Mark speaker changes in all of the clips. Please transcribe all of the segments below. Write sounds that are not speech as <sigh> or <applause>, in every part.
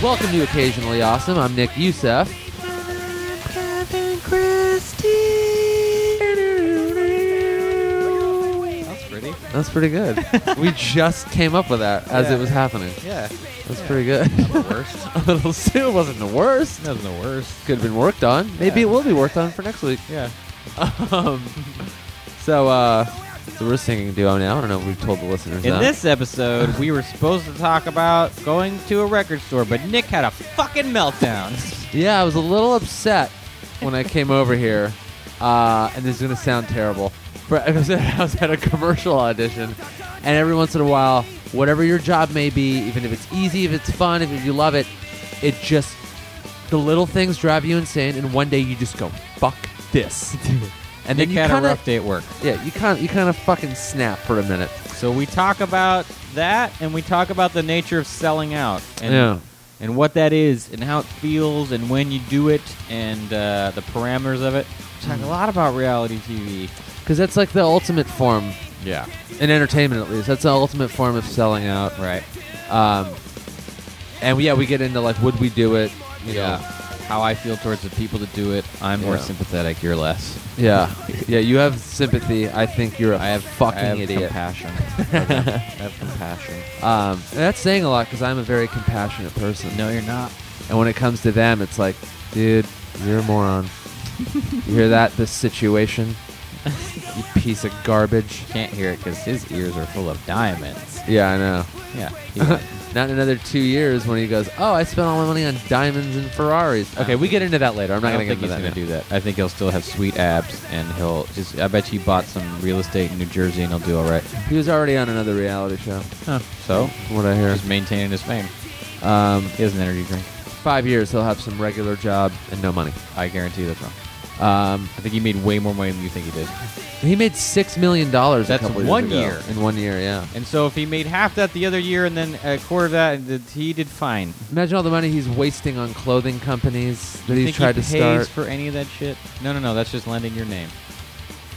Speaker 1: Welcome to Occasionally Awesome. I'm Nick Youssef.
Speaker 2: That's pretty.
Speaker 1: That's pretty
Speaker 2: <laughs>
Speaker 1: good. we just came up with that as
Speaker 2: Yeah.
Speaker 1: it was happening.
Speaker 2: Yeah.
Speaker 1: That's pretty good.
Speaker 2: <laughs>
Speaker 1: <laughs>
Speaker 2: The worst.
Speaker 1: A little still wasn't the worst.
Speaker 2: That's the worst.
Speaker 1: Could have been worked on. Maybe
Speaker 2: Yeah.
Speaker 1: it will be worked on for next week.
Speaker 2: Yeah.
Speaker 1: Um, so, uh, so we're a singing duo now. I don't know if we've told the listeners
Speaker 2: In
Speaker 1: that.
Speaker 2: this episode, we were supposed to talk about going to a record store, but Nick had a fucking
Speaker 1: <laughs>
Speaker 2: meltdown.
Speaker 1: Yeah, I was a little upset when I came over here, uh, and this is gonna sound terrible. But I was, at, <laughs> I was at a commercial audition, and every once in a while, whatever your job may be, even if it's easy, if it's fun, if you love it, it just the little things drive you insane, and one day you just go fuck this, and
Speaker 2: Nick
Speaker 1: then you
Speaker 2: had
Speaker 1: kind
Speaker 2: a
Speaker 1: of
Speaker 2: rough day at work.
Speaker 1: yeah, you kind you kind of fucking snap for a minute.
Speaker 2: So we talk about that, and we talk about the nature of selling out, and
Speaker 1: yeah,
Speaker 2: and what that is, and how it feels, and when you do it, and uh, the parameters of it. We
Speaker 1: Mm-hmm.
Speaker 2: talk a lot about reality TV.
Speaker 1: because that's like the ultimate form
Speaker 2: Yeah.
Speaker 1: in entertainment, at least. That's the ultimate form of selling out.
Speaker 2: Right.
Speaker 1: Um, and yeah, we get into like, would we do it? You
Speaker 2: Yeah. How I feel towards the people that do it. I'm more
Speaker 1: Yeah.
Speaker 2: sympathetic. You're less.
Speaker 1: Know? Yeah. Yeah. You have sympathy. I think you're a
Speaker 2: I have
Speaker 1: fucking
Speaker 2: I have
Speaker 1: idiot. <laughs>
Speaker 2: Compassion. I have compassion.
Speaker 1: um, and that's saying a lot because I'm a very compassionate person.
Speaker 2: No, you're not.
Speaker 1: And when it comes to them, it's like, dude, you're a <laughs> moron. you hear that? This situation, you piece of garbage.
Speaker 2: Can't hear it because his ears are full of diamonds.
Speaker 1: Yeah, I know. <laughs>
Speaker 2: Yeah.
Speaker 1: Not in another two years when he goes, oh, I spent all my money on diamonds and Ferraris. Okay, we get into that later. I'm not
Speaker 2: I
Speaker 1: gonna get
Speaker 2: don't think
Speaker 1: into
Speaker 2: he's
Speaker 1: that.
Speaker 2: gonna
Speaker 1: now.
Speaker 2: do that. I think he'll still have sweet abs, and he'll just. I bet he bought some real estate in New Jersey, and he'll do all right.
Speaker 1: He was already on another reality show,
Speaker 2: So
Speaker 1: from what I hear.
Speaker 2: just maintaining his fame.
Speaker 1: Um,
Speaker 2: He has an energy drink.
Speaker 1: five years, he'll have some regular job and no money.
Speaker 2: I guarantee that's wrong.
Speaker 1: Um,
Speaker 2: I think he made way more money than you think he did.
Speaker 1: he made six million dollars.
Speaker 2: That's
Speaker 1: a couple years
Speaker 2: one
Speaker 1: ago.
Speaker 2: year.
Speaker 1: In one year, yeah.
Speaker 2: And so if he made half that the other year, and then a quarter of that, th- he did fine.
Speaker 1: Imagine all the money he's wasting on clothing companies that he's
Speaker 2: You think
Speaker 1: tried
Speaker 2: he
Speaker 1: to
Speaker 2: pays
Speaker 1: start.
Speaker 2: for any of that shit? No, no, no. That's just lending your name.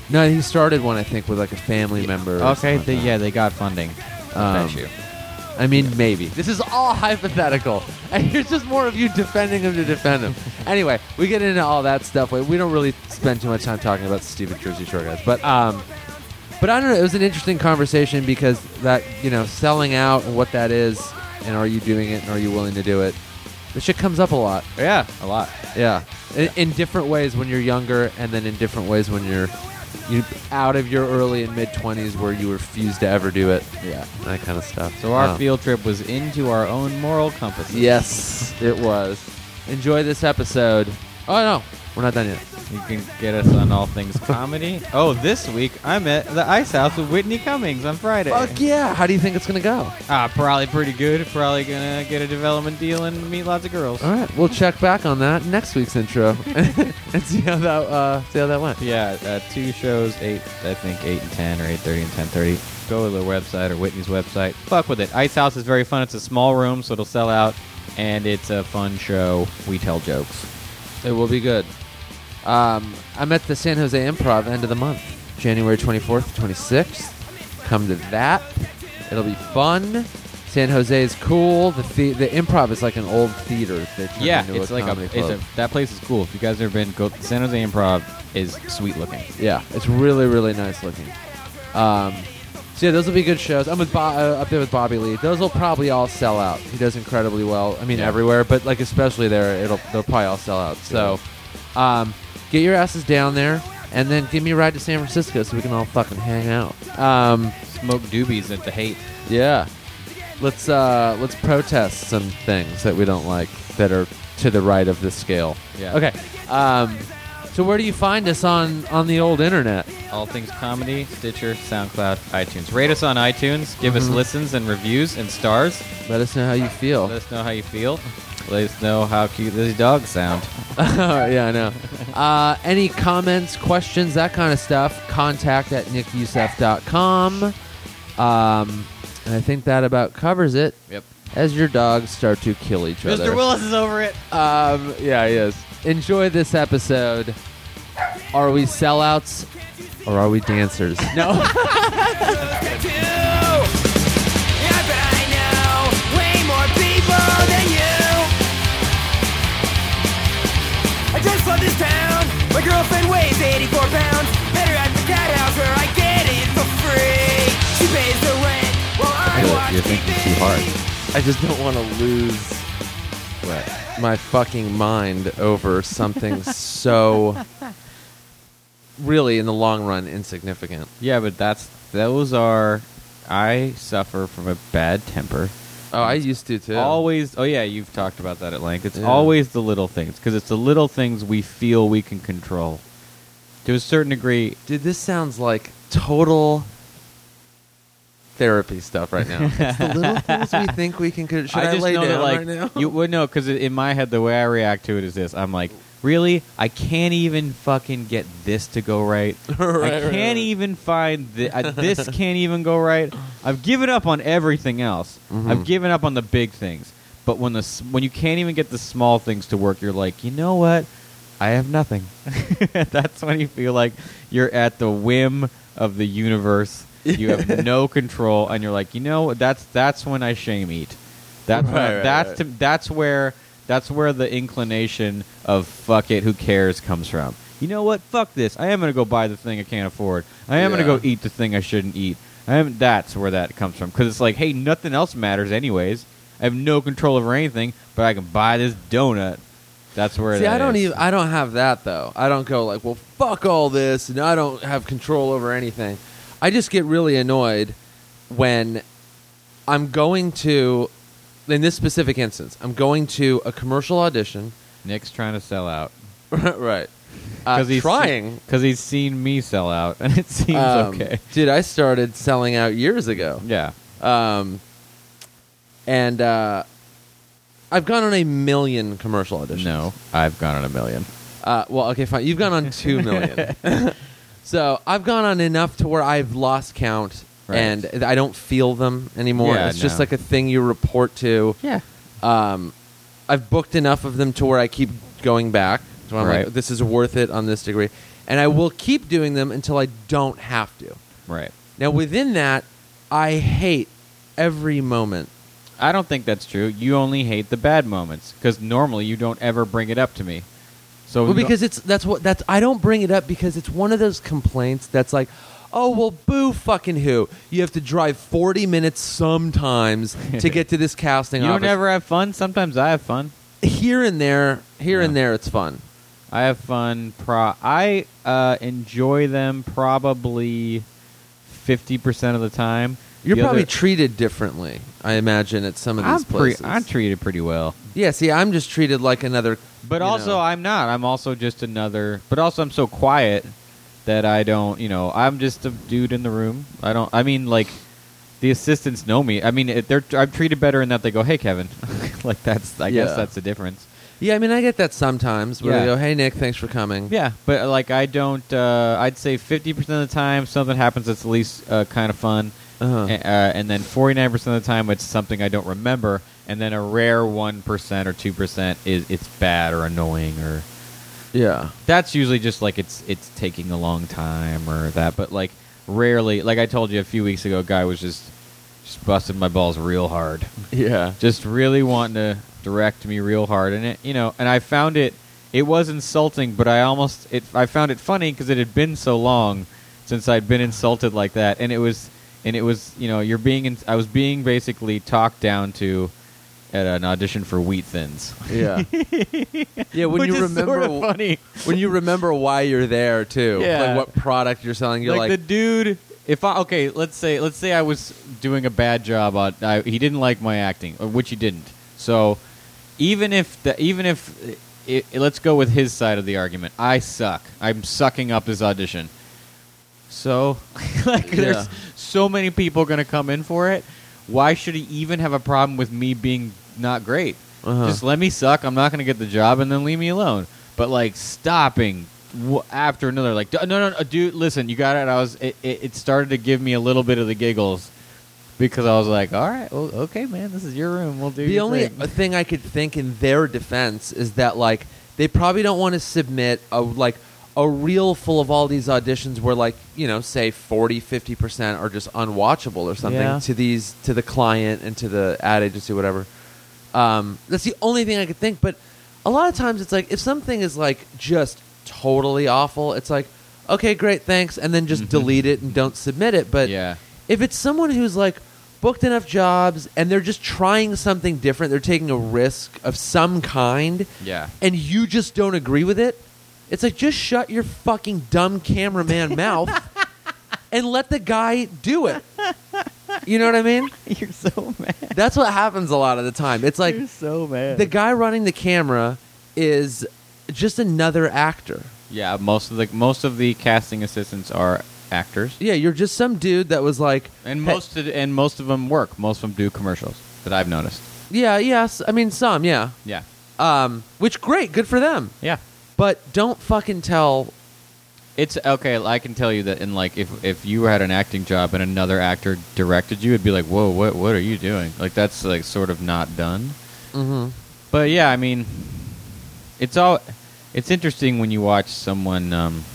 Speaker 1: No, he started one, I think, with like a family member. or
Speaker 2: Okay,
Speaker 1: something
Speaker 2: they,
Speaker 1: like
Speaker 2: yeah, they got funding.
Speaker 1: that. Um, I mean, maybe. This is all hypothetical. <laughs> And here's just more of you defending him to defend him. anyway, we get into all that stuff. We we don't really spend too much time talking about stupid Jersey Shore guys. But, um, but I don't know. It was an interesting conversation because that, you know, selling out and what that is and are you doing it and are you willing to do it? This shit comes up a lot.
Speaker 2: Yeah, a lot.
Speaker 1: Yeah. In, in different ways when you're younger and then in different ways when you're, you out of your early and mid 20s where you refuse to ever do it.
Speaker 2: Yeah.
Speaker 1: That kind of stuff.
Speaker 2: So our
Speaker 1: Um,
Speaker 2: field trip was into our own moral compasses.
Speaker 1: Yes, it was. Enjoy this episode. Oh no, we're not done yet.
Speaker 2: You can get us on all things comedy. Oh, this week I'm at the Ice House with Whitney Cummings on Friday.
Speaker 1: Fuck yeah! How do you think it's gonna go?
Speaker 2: Ah, probably pretty good. Probably gonna get a development deal and meet lots of girls.
Speaker 1: All right, we'll check back on that next week's <laughs> intro and see how that uh, see how that went.
Speaker 2: Yeah, uh, two shows, eight, I think eight and ten or eight thirty and ten thirty. Go to the website or Whitney's website. Fuck with it. Ice House is very fun. It's a small room, so it'll sell out, and it's a fun show. We tell jokes.
Speaker 1: It will be good. Um, I'm at the San Jose Improv end of the month, January 24th, 26th. Come to that. It'll be fun. San Jose is cool. The the, the improv is like an old theater. They turned
Speaker 2: yeah,
Speaker 1: into
Speaker 2: it's like a,
Speaker 1: comedy
Speaker 2: it's
Speaker 1: club.
Speaker 2: a that place is cool. If you guys have been, go San Jose Improv is sweet looking.
Speaker 1: Yeah, it's really really nice looking. Um, so yeah, those will be good shows. I'm with Bo- uh, up there with Bobby Lee. Those will probably all sell out. He does incredibly well. I mean
Speaker 2: Yeah.
Speaker 1: everywhere, but like especially there, it'll they'll probably all sell out. So, um, get your asses down there, and then give me a ride to San Francisco so we can all fucking hang out. <laughs> Um,
Speaker 2: Smoke doobies at the hate.
Speaker 1: yeah, let's uh, let's protest some things that we don't like that are to the right of the scale.
Speaker 2: Yeah.
Speaker 1: Okay. Um, so where do you find us on on the old internet?
Speaker 2: All things comedy, Stitcher, SoundCloud, iTunes. Rate us on iTunes. Give us
Speaker 1: Mhm.
Speaker 2: listens and reviews and stars.
Speaker 1: Let us know how you feel.
Speaker 2: Let us know how you feel. Let us know how cute these dogs sound.
Speaker 1: <laughs> Oh, yeah, I know. Uh, any comments, questions, that kind of stuff, contact at nickyusef.com. Um, and I think that about covers it
Speaker 2: Yep.
Speaker 1: as your dogs start to kill each other.
Speaker 2: Willis is over it.
Speaker 1: um, yeah, he is. Enjoy this episode. Are we sellouts or are we dancers? No.
Speaker 3: Yeah, but I know way more people than you. this town. My girlfriend weighs 84 pounds. Met her at the cat house where I get it for free. She pays the rent while I
Speaker 2: You're-
Speaker 3: watch
Speaker 2: you're thinking
Speaker 3: TV.
Speaker 2: too hard.
Speaker 1: I just don't want to lose my fucking mind over
Speaker 2: <laughs>
Speaker 1: something so really in the long run insignificant.
Speaker 2: Yeah, but that's those are. I suffer from a bad temper.
Speaker 1: Oh, I used to too.
Speaker 2: Always. Oh yeah, you've talked about that at length. It's
Speaker 1: Yeah.
Speaker 2: always the little things because it's the little things we feel we can control. To a certain degree,
Speaker 1: Dude, this sounds like total therapy stuff right
Speaker 2: <laughs>
Speaker 1: now. it's the little things we think we can. Should I,
Speaker 2: just
Speaker 1: lay
Speaker 2: know
Speaker 1: down
Speaker 2: that, like,
Speaker 1: right now?
Speaker 2: You would know because in my head, the way I react to it is this: I'm like, really, I can't even fucking get this to go right.
Speaker 1: <laughs>
Speaker 2: I
Speaker 1: Right,
Speaker 2: can't
Speaker 1: right, right.
Speaker 2: even find th- I,
Speaker 1: <laughs>
Speaker 2: this. Can't even go right. I've given up on everything else. I've
Speaker 1: Mhm.
Speaker 2: given up on the big things. But when the s- when you can't even get the small things to work, you're like, you know what? I have nothing. <laughs> That's when you feel like you're at the whim of the universe. You
Speaker 1: <laughs>
Speaker 2: have no control, and you're like, you know, that's that's when I shame eat. That's when I-
Speaker 1: Right, right,
Speaker 2: that's
Speaker 1: right.
Speaker 2: to, that's where that's where the inclination of fuck it, who cares comes from. You know what? Fuck this. I am gonna go buy the thing I can't afford. I am
Speaker 1: Yeah.
Speaker 2: gonna go eat the thing I shouldn't eat. I am. That's where that comes from. Because it's like, hey, nothing else matters anyways. I have no control over anything, but I can buy this donut. That's where.
Speaker 1: See,
Speaker 2: that
Speaker 1: I don't
Speaker 2: is.
Speaker 1: even. I don't have that though. I don't go like, well, fuck all this, and I don't have control over anything. I just get really annoyed when I'm going to, in this specific instance, I'm going to a commercial audition. <laughs>
Speaker 2: Nick's trying to sell out
Speaker 1: right. Uh, trying.
Speaker 2: because he's seen me sell out, <laughs> and it seems
Speaker 1: Um,
Speaker 2: okay. <laughs>
Speaker 1: Dude, I started selling out years ago.
Speaker 2: Yeah.
Speaker 1: Um, and uh, I've gone on a million commercial auditions.
Speaker 2: No, I've gone on a million.
Speaker 1: Uh, well, okay, fine. You've
Speaker 2: <laughs>
Speaker 1: gone on two million. <laughs> so I've gone on enough to where I've lost count,
Speaker 2: Right.
Speaker 1: and I don't feel them anymore.
Speaker 2: Yeah,
Speaker 1: it's just
Speaker 2: no.
Speaker 1: like a thing you report to.
Speaker 2: Yeah.
Speaker 1: Um, I've booked enough of them to where I keep going back. So I'm
Speaker 2: Right.
Speaker 1: like, this is worth it on this degree, and I will keep doing them until I don't have to.
Speaker 2: Right.
Speaker 1: Now within that, I hate every moment.
Speaker 2: I don't think that's true. You only hate the bad moments because normally you don't ever bring it up to me. So
Speaker 1: Well,
Speaker 2: you-
Speaker 1: because it's that's what that's I don't bring it up because it's one of those complaints that's like, oh well, boo fucking who? You have to drive forty minutes
Speaker 2: <laughs>
Speaker 1: sometimes to get to this casting
Speaker 2: you don't
Speaker 1: office.
Speaker 2: ever have fun. Sometimes I have fun.
Speaker 1: here and there, here and
Speaker 2: Yeah.
Speaker 1: there, it's fun.
Speaker 2: I have fun. Pro. I uh, enjoy them probably fifty percent of the time.
Speaker 1: You're
Speaker 2: The
Speaker 1: probably
Speaker 2: other-
Speaker 1: treated differently, I imagine, at some of these
Speaker 2: I'm pre-
Speaker 1: places.
Speaker 2: I'm treated pretty well.
Speaker 1: yeah, see, I'm just treated like another.
Speaker 2: But
Speaker 1: you
Speaker 2: also,
Speaker 1: know.
Speaker 2: I'm not. I'm also just another. But also, I'm so quiet that I don't. You know, I'm just a dude in the room. I don't. I mean, like the assistants know me. I mean, it, they're. I'm treated better in that they go, "Hey, Kevin." <laughs> like that's. I
Speaker 1: Yeah.
Speaker 2: guess that's the difference.
Speaker 1: yeah, I mean, I get that sometimes where
Speaker 2: Yeah.
Speaker 1: they go, "Hey, Nick, thanks for coming."
Speaker 2: Yeah, but like I don't. Uh, I'd say 50 percent of the time something happens that's at least uh, kind of fun.
Speaker 1: Uh-huh.
Speaker 2: A- uh, and then 49% of the time it's something I don't remember, and then a rare 1% or 2% is it's bad or annoying or
Speaker 1: yeah.
Speaker 2: that's usually just like it's it's taking a long time or that but like rarely like i told you a few weeks ago a guy was just just busting my balls real hard <laughs>
Speaker 1: Yeah.
Speaker 2: just really wanting to direct me real hard and it you know and i found it it was insulting but i almost it i found it funny because it had been so long since i'd been insulted like that and it was and it was you know you're being in, i was being basically talked down to at an audition for wheat thins <laughs>
Speaker 1: Yeah. yeah, when
Speaker 2: Which
Speaker 1: you
Speaker 2: is
Speaker 1: remember
Speaker 2: sorta funny
Speaker 1: when you remember why you're there too,
Speaker 2: Yeah.
Speaker 1: like what product you're selling, you're like,
Speaker 2: the dude. If I okay, let's say let's say I was doing a bad job on I, he didn't like my acting, uh, which he didn't. So even if the even if uh, it, let's go with his side of the argument, I suck. I'm sucking up this audition. So <laughs> like
Speaker 1: Yeah.
Speaker 2: there's so many people going to come in for it. Why should he even have a problem with me being not great?
Speaker 1: Uh-huh.
Speaker 2: Just let me suck. I'm not going to get the job, and then leave me alone. But like stopping w- after another, like "D- no, no, no, dude, listen, you got it. I was. It, it, it started to give me a little bit of the giggles because I was like, all right, well, okay, man, this is your room. We'll do
Speaker 1: the
Speaker 2: your
Speaker 1: only
Speaker 2: thing."
Speaker 1: thing I could think in their defense is that like they probably don't want to submit a like a reel full of all these auditions where like you know say 40 50% are just unwatchable or something
Speaker 2: Yeah.
Speaker 1: to these to the client and to the ad agency whatever um, that's the only thing i could think but a lot of times it's like if something is like just totally awful, it's like, okay, great, thanks, and then just
Speaker 2: Mhm.
Speaker 1: delete it and don't submit it. But
Speaker 2: yeah.
Speaker 1: if it's someone who's like booked enough jobs and they're just trying something different, they're taking a risk of some kind, <laughs>
Speaker 2: Yeah.
Speaker 1: and you just don't agree with it, it's like just shut your fucking dumb cameraman mouth and let the guy do it. You know what I mean?
Speaker 2: You're so mad.
Speaker 1: That's what happens a lot of the time. It's like
Speaker 2: so mad.
Speaker 1: the guy running the camera is just another actor.
Speaker 2: yeah, most of the most of the casting assistants are actors,
Speaker 1: Yeah, you're just some dude that was like,
Speaker 2: and
Speaker 1: "Hey,
Speaker 2: most of, and most of them work. Most of them do commercials that I've noticed.
Speaker 1: yeah, yes, I mean some, yeah.
Speaker 2: Yeah,
Speaker 1: Um, which great, good for them.
Speaker 2: yeah.
Speaker 1: But don't fucking tell.
Speaker 2: It's okay. I can tell you that in like if if you had an acting job and another actor directed you, it'd be like, whoa, what what are you doing? Like that's like sort of not done.
Speaker 1: Mm-hmm.
Speaker 2: But yeah, I mean, it's all. It's interesting when you watch someone um,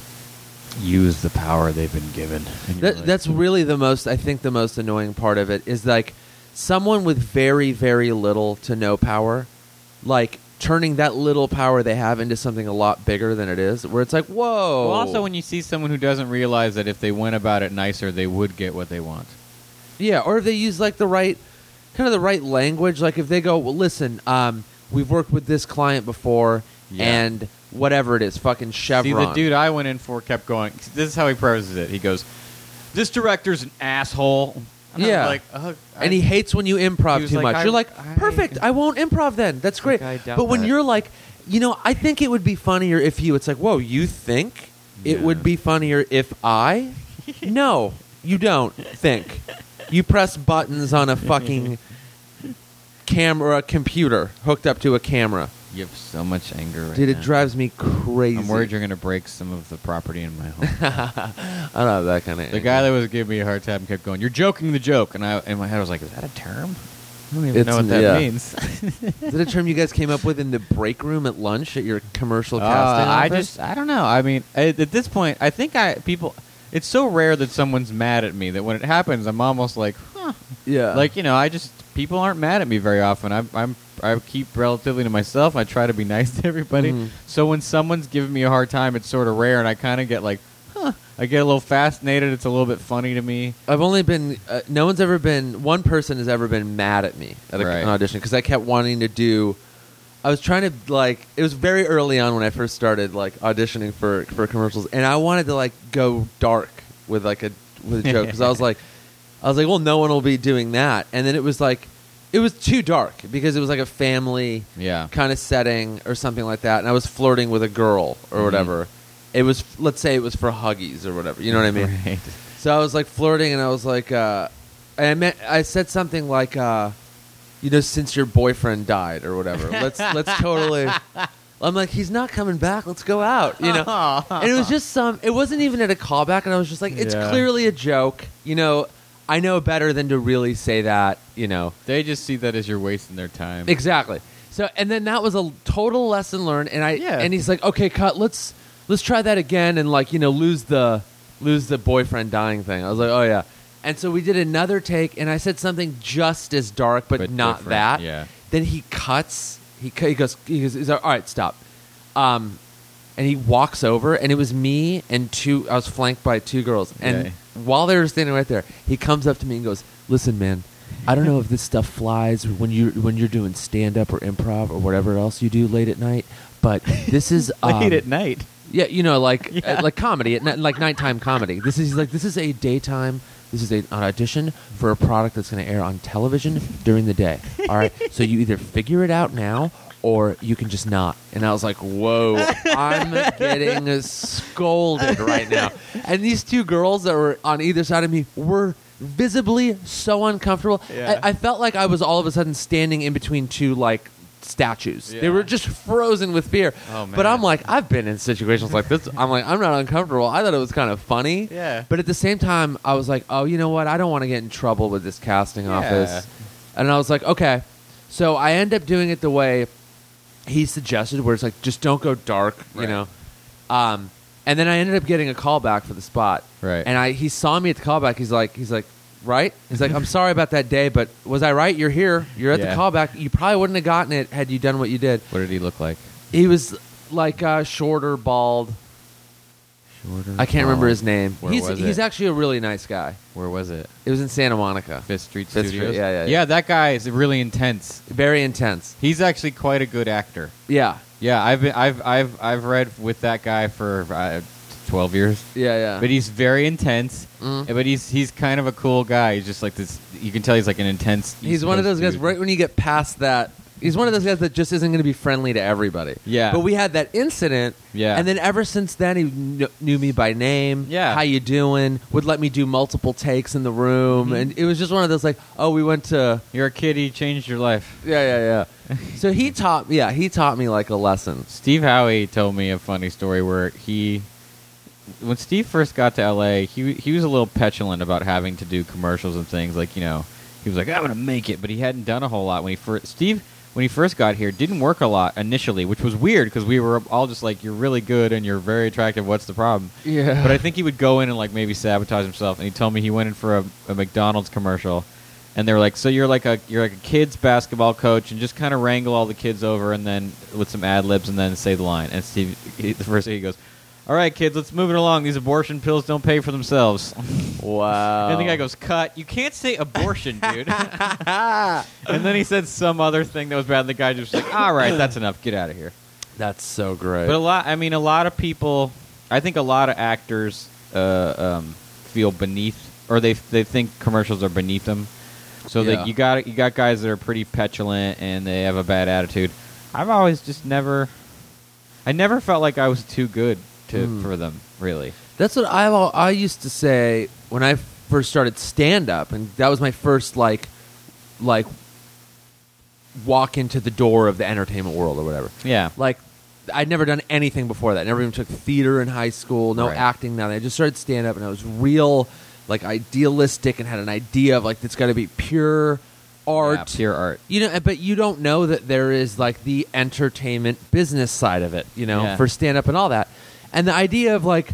Speaker 2: use the power they've been given. and you're
Speaker 1: That,
Speaker 2: like-
Speaker 1: that's really the most. I think the most annoying part of it is like someone with very, very little to no power, like turning that little power they have into something a lot bigger than it is. Where it's like, whoa.
Speaker 2: Well, also when you see someone who doesn't realize that if they went about it nicer, they would get what they want.
Speaker 1: Yeah, or if they use like the right kind of the right language, like if they go, well, "Listen, um, we've worked with this client before,
Speaker 2: Yeah.
Speaker 1: and whatever it is, fucking Chevron."
Speaker 2: See, the dude I went in for kept going. This is how he praises it. He goes, "This director's an asshole." And I was
Speaker 1: Yeah.
Speaker 2: like, "Ugh, I-
Speaker 1: and he hates when you
Speaker 2: He
Speaker 1: improv
Speaker 2: was
Speaker 1: too
Speaker 2: like,
Speaker 1: much.
Speaker 2: I-
Speaker 1: you're like,
Speaker 2: I-
Speaker 1: perfect. I won't improv then. That's great.
Speaker 2: I doubt
Speaker 1: But when
Speaker 2: that.
Speaker 1: you're like, you know, I think it would be funnier if you. It's like, whoa, you think it
Speaker 2: Yeah.
Speaker 1: would be funnier if
Speaker 2: <laughs>
Speaker 1: I? no, you don't think. You press buttons on a fucking camera computer hooked up to a camera.
Speaker 2: you have so much anger." Right
Speaker 1: Dude, it
Speaker 2: now.
Speaker 1: drives me crazy.
Speaker 2: I'm worried you're going to break some of the property in my home.
Speaker 1: <laughs> I don't have that kind of.
Speaker 2: the guy that was giving me a hard time kept going, "You're joking the joke," and I in my head I was like, "Is that a term? I don't even
Speaker 1: It's-
Speaker 2: know what that
Speaker 1: yeah.
Speaker 2: means."
Speaker 1: <laughs> is that a term you guys came up with in the break room at lunch at your
Speaker 2: <laughs>
Speaker 1: commercial
Speaker 2: Uh,
Speaker 1: casting?
Speaker 2: I
Speaker 1: office?
Speaker 2: just I don't know. I mean, at, at this point, I think I people. It's so rare that someone's mad at me that when it happens, I'm almost like, huh.
Speaker 1: yeah,
Speaker 2: Like you know, I just people aren't mad at me very often. I'm, I'm I keep relatively to myself. I try to be <laughs> nice to everybody.
Speaker 1: Mhm.
Speaker 2: So when someone's giving me a hard time, it's sort of rare, and I kind of get like, huh. I get a little fascinated. It's a little bit funny to me.
Speaker 1: I've only been. Uh, no one's ever been. One person has ever been mad at me at a,
Speaker 2: Right.
Speaker 1: an audition because I kept wanting to do. I was trying to like. It was very early on when I first started like auditioning for for commercials, and I wanted to like go dark with like a with a joke because I
Speaker 2: <laughs>
Speaker 1: was like, I was like, well, no one will be doing that, and then it was like, it was too dark because it was like a family
Speaker 2: Yeah.
Speaker 1: kind of setting or something like that, and I was flirting with a girl or
Speaker 2: Mhm.
Speaker 1: whatever. It was let's say it was for huggies or whatever. <laughs> You know what I mean?
Speaker 2: Right.
Speaker 1: So I was like flirting, and I was like, uh, and I meant I said something like, uh, you know, since your boyfriend died or whatever. Let's let's totally. I'm like, he's not coming back. Let's go out. You know.
Speaker 2: <laughs>
Speaker 1: And it was just some. It wasn't even at a callback, and I was just like, it's
Speaker 2: Yeah.
Speaker 1: clearly a joke. You know, I know better than to really say that. You know.
Speaker 2: They just see that as you're wasting their time.
Speaker 1: Exactly. So and then that was a total lesson learned and I
Speaker 2: Yeah.
Speaker 1: and he's like, "Okay, cut. Let's let's try that again and like, you know, lose the lose the boyfriend dying thing." I was like, "Oh yeah." And so we did another take and I said something just as dark but,
Speaker 2: But
Speaker 1: not
Speaker 2: different,
Speaker 1: that.
Speaker 2: yeah.
Speaker 1: Then he cuts. He cu- he goes he goes, he's like, "All right, stop." Um and he walks over and it was me and two I was flanked by two girls and
Speaker 2: Okay.
Speaker 1: while they were standing right there, he comes up to me and goes, "Listen, man, I don't know if this stuff flies when you when you're doing stand up or improv or whatever else you do late at night, but this is um,
Speaker 2: <laughs> late at night.
Speaker 1: yeah, you know, like
Speaker 2: <laughs> Yeah.
Speaker 1: uh, like comedy, at night like nighttime comedy. This is like this is a daytime. This is a, an audition for a product that's going to air on television during the day. All
Speaker 2: <laughs>
Speaker 1: right, so you either figure it out now or you can just not. And I was like, "Whoa,
Speaker 2: <laughs>
Speaker 1: I'm getting scolded right now." And these two girls that were on either side of me were visibly so uncomfortable.
Speaker 2: Yeah.
Speaker 1: I, I felt like I was all of a sudden standing in between two like statues. They
Speaker 2: Yeah.
Speaker 1: were just frozen with fear.
Speaker 2: Oh,
Speaker 1: But
Speaker 2: man.
Speaker 1: I'm like, I've been in situations like this. I'm like, I'm not uncomfortable. I thought it was kind of funny.
Speaker 2: Yeah.
Speaker 1: But at the same time, I was like, oh, you know what? I don't want to get in trouble with this casting
Speaker 2: Yeah.
Speaker 1: office. And I was like, okay. So I end up doing it the way he suggested, where it's like, just don't go dark, you
Speaker 2: Right.
Speaker 1: know? Um, and then I ended up getting a call back for the spot.
Speaker 2: Right.
Speaker 1: And I he saw me at the callback. He's like, he's like, right? He's like, I'm sorry about that day, but was I right? You're here. You're at
Speaker 2: Yeah.
Speaker 1: the callback. You probably wouldn't have gotten it had you done what you did.
Speaker 2: What did he look like?
Speaker 1: He was like uh, shorter, bald.
Speaker 2: Shorter.
Speaker 1: I can't remember his name.
Speaker 2: Where
Speaker 1: he's
Speaker 2: was
Speaker 1: he's
Speaker 2: it?
Speaker 1: actually a really nice guy.
Speaker 2: Where was it?
Speaker 1: It was in Santa Monica.
Speaker 2: Fifth Street
Speaker 1: Fifth Street,
Speaker 2: Studios.
Speaker 1: yeah, yeah, yeah.
Speaker 2: Yeah, that guy is really intense.
Speaker 1: Very intense.
Speaker 2: He's actually quite a good actor.
Speaker 1: Yeah,
Speaker 2: Yeah, I've been, I've I've I've read with that guy for uh, twelve years.
Speaker 1: yeah, yeah.
Speaker 2: But he's very intense.
Speaker 1: Mm.
Speaker 2: But he's he's kind of a cool guy. He's just like this. You can tell he's like an intense.
Speaker 1: he's
Speaker 2: East
Speaker 1: one of
Speaker 2: Coast
Speaker 1: those guys.
Speaker 2: dude.
Speaker 1: Right when you get past that, he's one of those guys that just isn't going to be friendly to everybody.
Speaker 2: Yeah.
Speaker 1: But we had that incident.
Speaker 2: Yeah.
Speaker 1: And then ever since then, he kn- knew me by name.
Speaker 2: Yeah.
Speaker 1: How you doing? Would let me do multiple takes in the room,
Speaker 2: Mm-hmm.
Speaker 1: and it was just one of those like, oh, we went to.
Speaker 2: You're a kid. He changed your life.
Speaker 1: Yeah,
Speaker 2: <laughs>
Speaker 1: yeah, yeah. so he taught, yeah, he taught me like a lesson.
Speaker 2: Steve Howie told me a funny story where he, when Steve first got to LA, he he was a little petulant about having to do commercials and things like you know, he was like I'm gonna make it, but he hadn't done a whole lot when he first Steve when he first got here didn't work a lot initially, which was weird because we were all just like you're really good and you're very attractive. What's the problem?
Speaker 1: Yeah. <laughs>
Speaker 2: But I think he would go in and like maybe sabotage himself. And he told me he went in for a, a McDonald's commercial, and they were like, "So you're like a you're like a kids basketball coach, and just kind of wrangle all the kids over, and then with some ad libs, and then say the line." And Steve, he, the first thing he goes, "All right, kids, let's move it along. These abortion pills don't pay for themselves."
Speaker 1: Wow.
Speaker 2: And the guy goes, "Cut! You can't say abortion, dude." and then he said some other thing that was bad. And the guy just was like, "All right, that's enough. Get out of here."
Speaker 1: That's so great.
Speaker 2: But a lot, I mean, a lot of people, I think a lot of actors uh, um, feel beneath, or they they think commercials are beneath them. So
Speaker 1: Yeah.
Speaker 2: like you got you got guys that are pretty petulant and they have a bad attitude. I've always just never, I never felt like I was too good to
Speaker 1: Hmm.
Speaker 2: for them. Really,
Speaker 1: That's what I al- I used to say when I first started stand up, and that was my first like like walk into the door of the entertainment world or whatever.
Speaker 2: yeah,
Speaker 1: Like I'd never done anything before that. Never even took theater in high school. No
Speaker 2: Right.
Speaker 1: acting. Now I just started stand up, and I was real like idealistic and had an idea of like it's got to be pure art.
Speaker 2: Yeah, pure art.
Speaker 1: You know, but you don't know that there is like the entertainment business side of it, you know,
Speaker 2: Yeah.
Speaker 1: for stand up and all that. And the idea of like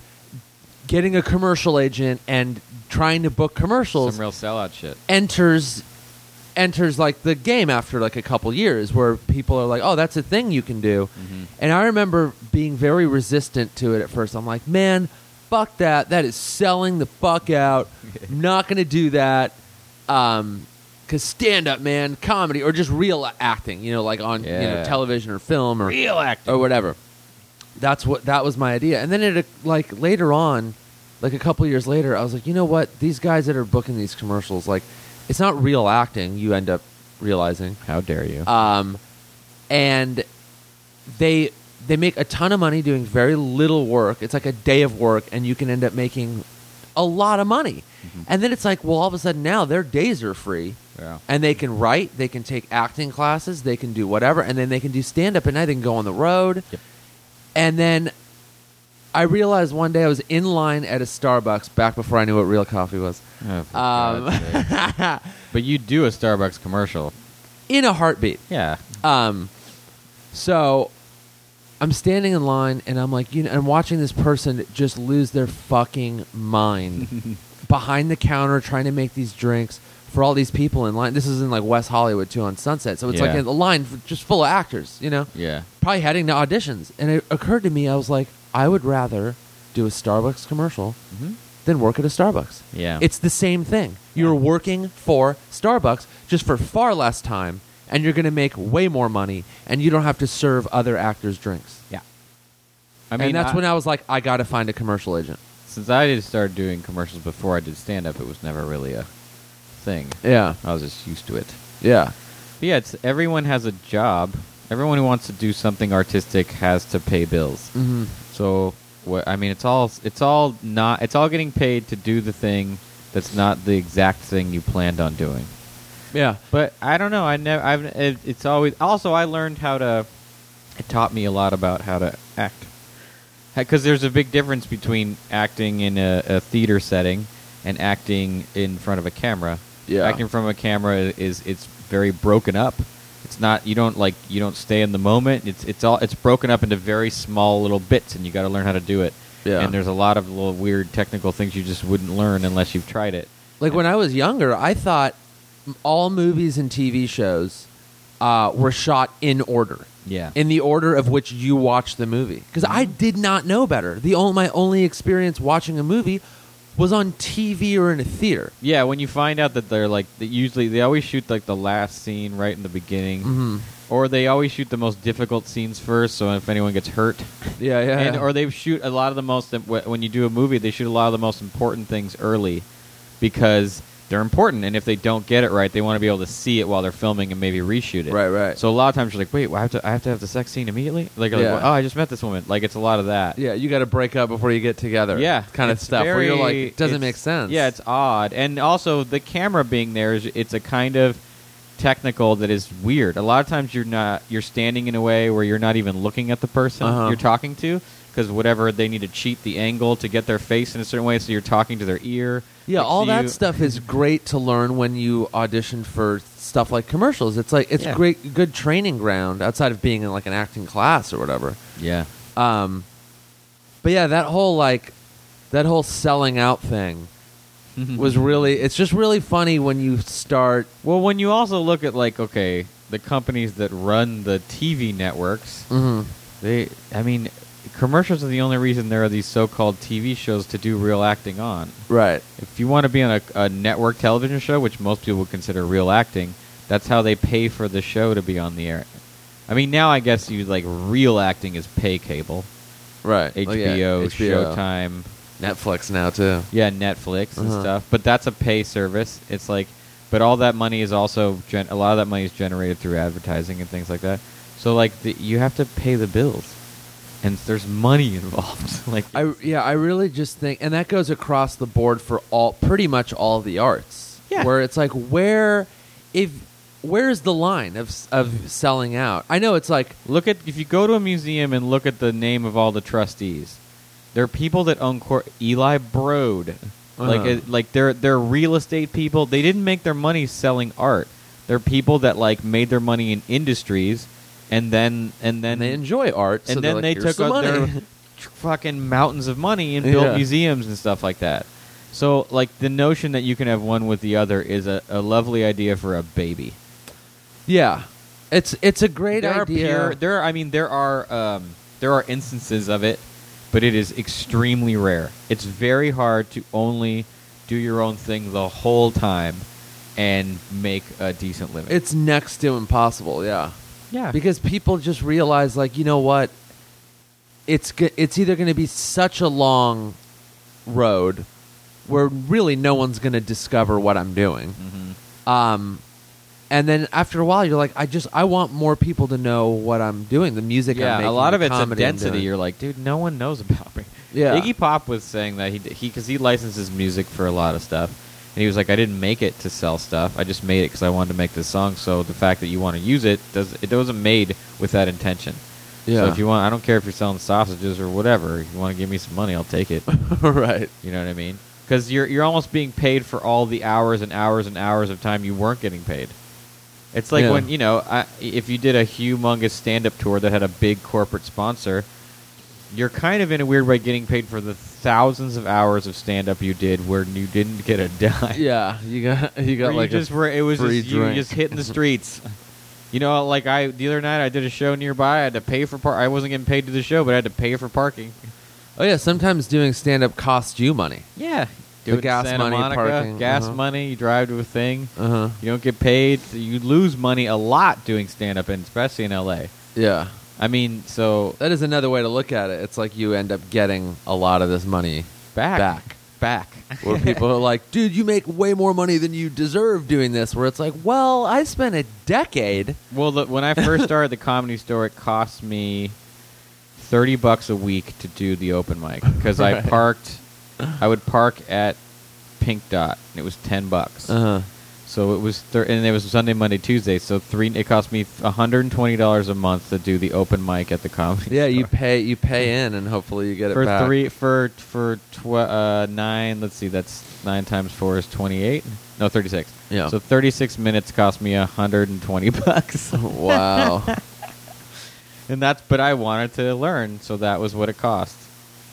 Speaker 1: getting a commercial agent and trying to book commercials
Speaker 2: Some real sellout shit.
Speaker 1: enters enters like the game after like a couple years where people are like, "Oh, that's a thing you can do." And I remember being very resistant to it at first. I'm like, "Man, fuck that. That is selling the fuck out. I'm not going to do that." Um cuz stand up, man, comedy or just real acting, you know, like on you know
Speaker 2: Yeah.
Speaker 1: television or film or
Speaker 2: Real acting.
Speaker 1: or whatever. That's what that was my idea. And then it like later on, like a couple years later, I was like, you know what? These guys that are booking these commercials, like, it's not real acting. You end up realizing,
Speaker 2: How dare you?
Speaker 1: um, and they they make a ton of money doing very little work. It's like a day of work, and you can end up making a lot of money. And then it's like, well, all of a sudden now their days are free
Speaker 2: yeah.
Speaker 1: and they can write, they can take acting classes, they can do whatever, and then they can do stand up at night, they can go on the road.
Speaker 2: Yep.
Speaker 1: And then I realized one day I was in line at a Starbucks back before I knew what real coffee was.
Speaker 2: Oh, for
Speaker 1: Um,
Speaker 2: God's sake. <laughs> but you do a Starbucks commercial.
Speaker 1: <laughs> in a heartbeat.
Speaker 2: Yeah.
Speaker 1: Um, so I'm standing in line and I'm like, you know, and watching this person just lose their fucking mind behind the counter trying to make these drinks for all these people in line. This is in like West Hollywood too on Sunset, so it's
Speaker 2: Yeah.
Speaker 1: like a line f just full of actors, you know,
Speaker 2: Yeah.
Speaker 1: probably heading to auditions. And it occurred to me, I was like, I would rather do a Starbucks commercial
Speaker 2: Mm-hmm.
Speaker 1: than work at a Starbucks.
Speaker 2: Yeah.
Speaker 1: It's the same thing. You're working for Starbucks just for far less time, and you're going to make way more money, and you don't have to serve other actors drinks.
Speaker 2: yeah. I mean,
Speaker 1: and that's
Speaker 2: I-
Speaker 1: when I was like, I got to find a commercial agent.
Speaker 2: since I did start doing commercials before I did stand up, it was never really a thing.
Speaker 1: Yeah,
Speaker 2: I was just used to it.
Speaker 1: yeah,
Speaker 2: But yeah, it's everyone has a job. Everyone who wants to do something artistic has to pay bills.
Speaker 1: mm-hmm.
Speaker 2: So what I mean, it's all it's all not it's all getting paid to do the thing that's not the exact thing you planned on doing.
Speaker 1: yeah.
Speaker 2: But I don't know. I never. I've. It, it's always. Also, I learned how to. It taught me a lot about how to act. Because there's a big difference between acting in a, a theater setting and acting in front of a camera.
Speaker 1: Yeah.
Speaker 2: Acting from a camera is it's very broken up. It's not you don't like you don't stay in the moment. It's it's all it's broken up into very small little bits, and you got to learn how to do it.
Speaker 1: Yeah.
Speaker 2: And there's a lot of little weird technical things you just wouldn't learn unless you've tried it.
Speaker 1: Like when I was younger, I thought m- all movies and TV shows uh, were shot in order.
Speaker 2: Yeah.
Speaker 1: in the order of which you watch the movie. Because I did not know better. The only, my only experience watching a movie was on TV or in a theater.
Speaker 2: yeah, when you find out that they're like, that usually they always shoot like the last scene right in the beginning,
Speaker 1: Mhm.
Speaker 2: or they always shoot the most difficult scenes first. So if anyone gets hurt,
Speaker 1: Yeah, yeah.
Speaker 2: and, or they shoot a lot of the most wh- when you do a movie, they shoot a lot of the most important things early because they're important. And if they don't get it right, they want to be able to see it while they're filming and maybe reshoot it.
Speaker 1: Right, right.
Speaker 2: So a lot of times you're like, wait, well, I have to, I have to have the sex scene immediately. Like,
Speaker 1: Yeah.
Speaker 2: like, oh, I just met this woman. Like, it's a lot of that.
Speaker 1: yeah, you got to break up before you get together.
Speaker 2: Yeah,
Speaker 1: kind of
Speaker 2: it's
Speaker 1: stuff where you're like,
Speaker 2: very-
Speaker 1: it doesn't
Speaker 2: it's-
Speaker 1: make sense.
Speaker 2: Yeah, it's odd, and also the camera being there is it's a kind of technical that is weird. A lot of times you're not you're standing in a way where you're not even looking at the person
Speaker 1: Uh-huh.
Speaker 2: you're talking to because whatever they need to cheat the angle to get their face in a certain way, so you're talking to their ear.
Speaker 1: Yeah,
Speaker 2: Like,
Speaker 1: all
Speaker 2: so
Speaker 1: that
Speaker 2: you-
Speaker 1: stuff is great to learn when you audition for stuff like commercials. It's like it's
Speaker 2: Yeah.
Speaker 1: great, good training ground outside of being in like an acting class or whatever.
Speaker 2: Yeah,
Speaker 1: Um, but yeah, that whole like that whole selling out thing <laughs>
Speaker 2: Mm-hmm.
Speaker 1: was really. It's just really funny when you start.
Speaker 2: well when you also look at like okay the companies that run the TV networks.
Speaker 1: Mm-hmm.
Speaker 2: They, I mean, commercials are the only reason there are these so-called TV shows to do real acting on.
Speaker 1: Right.
Speaker 2: If you want to be on a, a network television show, which most people would consider real acting, that's how they pay for the show to be on the air. I mean, now I guess you like real acting is pay cable,
Speaker 1: Right.
Speaker 2: HBO,
Speaker 1: Like, Oh, yeah, HBO.
Speaker 2: Showtime,
Speaker 1: Netflix now too.
Speaker 2: yeah, Netflix and
Speaker 1: Uh-huh.
Speaker 2: stuff. But that's a pay service. It's like, but all that money is also gen- a lot of that money is generated through advertising and things like that. So like, the, you have to pay the bills, and there's money <laughs> involved. like,
Speaker 1: I yeah, I really just think, and that goes across the board for all pretty much all the arts.
Speaker 2: Yeah.
Speaker 1: where it's like where if where is the line of s- of selling out? I know it's like
Speaker 2: Look at if you go to a museum and look at the name of all the trustees, they're people that own cor- Eli Broad, like
Speaker 1: Uh-huh.
Speaker 2: it, like they're they're real estate people. They didn't make their money selling art. They're people that like made their money in industries, and then and then
Speaker 1: and they enjoy art, so
Speaker 2: and
Speaker 1: they're
Speaker 2: then
Speaker 1: like,
Speaker 2: they
Speaker 1: "Here's some
Speaker 2: took out
Speaker 1: money.
Speaker 2: their <laughs> tr- fucking mountains of money and built
Speaker 1: Yeah.
Speaker 2: museums and stuff like that. So like the notion that you can have one with the other is a, a lovely idea for a baby
Speaker 1: <laughs> yeah. It's it's a great
Speaker 2: there
Speaker 1: idea.
Speaker 2: Are pure, there, are, I mean, there are um, there are instances of it, but it is extremely rare. It's very hard to only do your own thing the whole time and make a decent living.
Speaker 1: it's next to impossible. Yeah,
Speaker 2: yeah,
Speaker 1: because people just realize like you know what, it's go- it's either going to be such a long road where really no one's going to discover what I'm doing.
Speaker 2: Mhm.
Speaker 1: Um, and then after a while, you're like, I just I want more people to know what I'm doing, the music. I'm
Speaker 2: yeah,
Speaker 1: making,
Speaker 2: a lot
Speaker 1: the
Speaker 2: of it's a
Speaker 1: comedy I'm
Speaker 2: density.
Speaker 1: doing.
Speaker 2: You're like, dude, no one knows about me.
Speaker 1: Yeah.
Speaker 2: Iggy Pop was saying that he he because he licenses music for a lot of stuff, and he was like, I didn't make it to sell stuff. I just made it because I wanted to make this song. So the fact that you want to use it does it wasn't made with that intention.
Speaker 1: Yeah.
Speaker 2: So
Speaker 1: <laughs>
Speaker 2: if you want, I don't care if you're selling sausages or whatever. If you want to give me some money, I'll take
Speaker 1: <laughs>
Speaker 2: it.
Speaker 1: right.
Speaker 2: You know what I mean? Because you're you're almost being paid for all the hours and hours and hours of time you weren't getting paid. It's like
Speaker 1: Yeah.
Speaker 2: when you know I, if you did a humongous stand-up tour that had a big corporate sponsor, you're kind of in a weird way getting paid for the thousands of hours of stand-up you did where you didn't get a <laughs> dime.
Speaker 1: Yeah, you got you got
Speaker 2: Or you
Speaker 1: like
Speaker 2: just
Speaker 1: a
Speaker 2: were it was
Speaker 1: free
Speaker 2: just, you were
Speaker 1: drink.
Speaker 2: just
Speaker 1: <laughs>
Speaker 2: hitting the streets. You know, like I the other night I did a show nearby. I had to pay for par- I wasn't getting paid to the show, but I had to pay for parking.
Speaker 1: oh yeah. Sometimes doing stand up costs you money.
Speaker 2: Yeah.
Speaker 1: The
Speaker 2: Do it in
Speaker 1: gas
Speaker 2: Santa
Speaker 1: money,
Speaker 2: Monica,
Speaker 1: parking,
Speaker 2: Gas
Speaker 1: uh-huh.
Speaker 2: money, you drive to a thing.
Speaker 1: Uh huh.
Speaker 2: You don't get paid. so You lose money a lot doing stand up, and especially in LA.
Speaker 1: Yeah,
Speaker 2: I mean, so
Speaker 1: that is another way to look at it. It's like you end up getting a lot of this money
Speaker 2: back.
Speaker 1: back.
Speaker 2: Back.
Speaker 1: Where people are like, dude, you make way more money than you deserve doing this. Where it's like, well, I spent a decade.
Speaker 2: <laughs> Well, the, when I first started the comedy store, it cost me 30 bucks a week to do the open mic because
Speaker 1: <laughs>
Speaker 2: I
Speaker 1: Right.
Speaker 2: parked, I would park at Pink Dot, and it was 10 bucks.
Speaker 1: Uh huh.
Speaker 2: So it was, thir- and it was Sunday, Monday, Tuesday. So three, it cost me $120 a month to do the open mic at the comedy
Speaker 1: Yeah,
Speaker 2: store.
Speaker 1: you pay you pay in, and hopefully you get it
Speaker 2: for
Speaker 1: back.
Speaker 2: three for for tw- uh, nine. Let's see, that's nine times four is twenty eight. No, thirty six.
Speaker 1: Yeah.
Speaker 2: So thirty six minutes cost me hundred and twenty <laughs>
Speaker 1: <laughs>
Speaker 2: bucks, <laughs>
Speaker 1: wow.
Speaker 2: and that's. But I wanted to learn, so that was what it cost.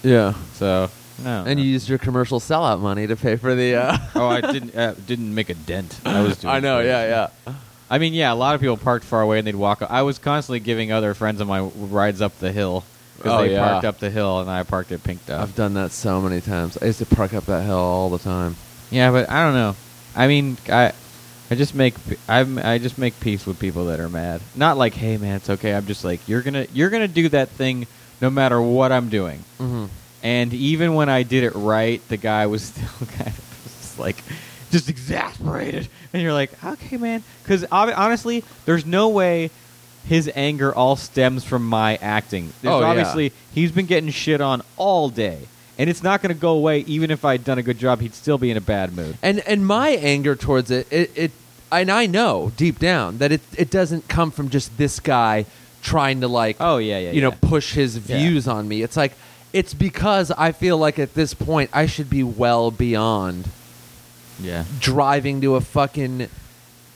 Speaker 1: Yeah.
Speaker 2: So no.
Speaker 1: And you used your commercial sellout money to pay for the. Uh,
Speaker 2: oh, <laughs> I didn't uh, didn't make a dent. I was. Doing
Speaker 1: <laughs> I know.
Speaker 2: great.
Speaker 1: Yeah, yeah.
Speaker 2: I mean, yeah, a lot of people parked far away and they'd walk. I was constantly giving other friends of mine rides up the hill because
Speaker 1: Oh,
Speaker 2: they
Speaker 1: yeah.
Speaker 2: parked up the hill and I parked at Pink Dove.
Speaker 1: I've done that so many times. I used to park up that hill all the time.
Speaker 2: Yeah, but I don't know. I mean, I, I just make I I just make peace with people that are mad. Not like, hey man, it's okay. I'm just like, you're gonna you're gonna do that thing no matter what I'm doing.
Speaker 1: Mm-hmm.
Speaker 2: And even when I did it right, the guy was <laughs> still kind of just like just exasperated. And you're like, okay, man, because honestly, there's no way his anger all stems from my acting. There's
Speaker 1: Oh, yeah.
Speaker 2: obviously he's been getting shit on all day. And it's not going to go away. Even if I'd done a good job, he'd still be in a bad mood.
Speaker 1: And and my anger towards it, it, it and I know deep down that it it doesn't come from just this guy trying to like
Speaker 2: Oh yeah, yeah.
Speaker 1: you know
Speaker 2: yeah.
Speaker 1: push his
Speaker 2: Yeah.
Speaker 1: views on me. It's like it's because I feel like at this point I should be well beyond
Speaker 2: yeah.
Speaker 1: driving to a fucking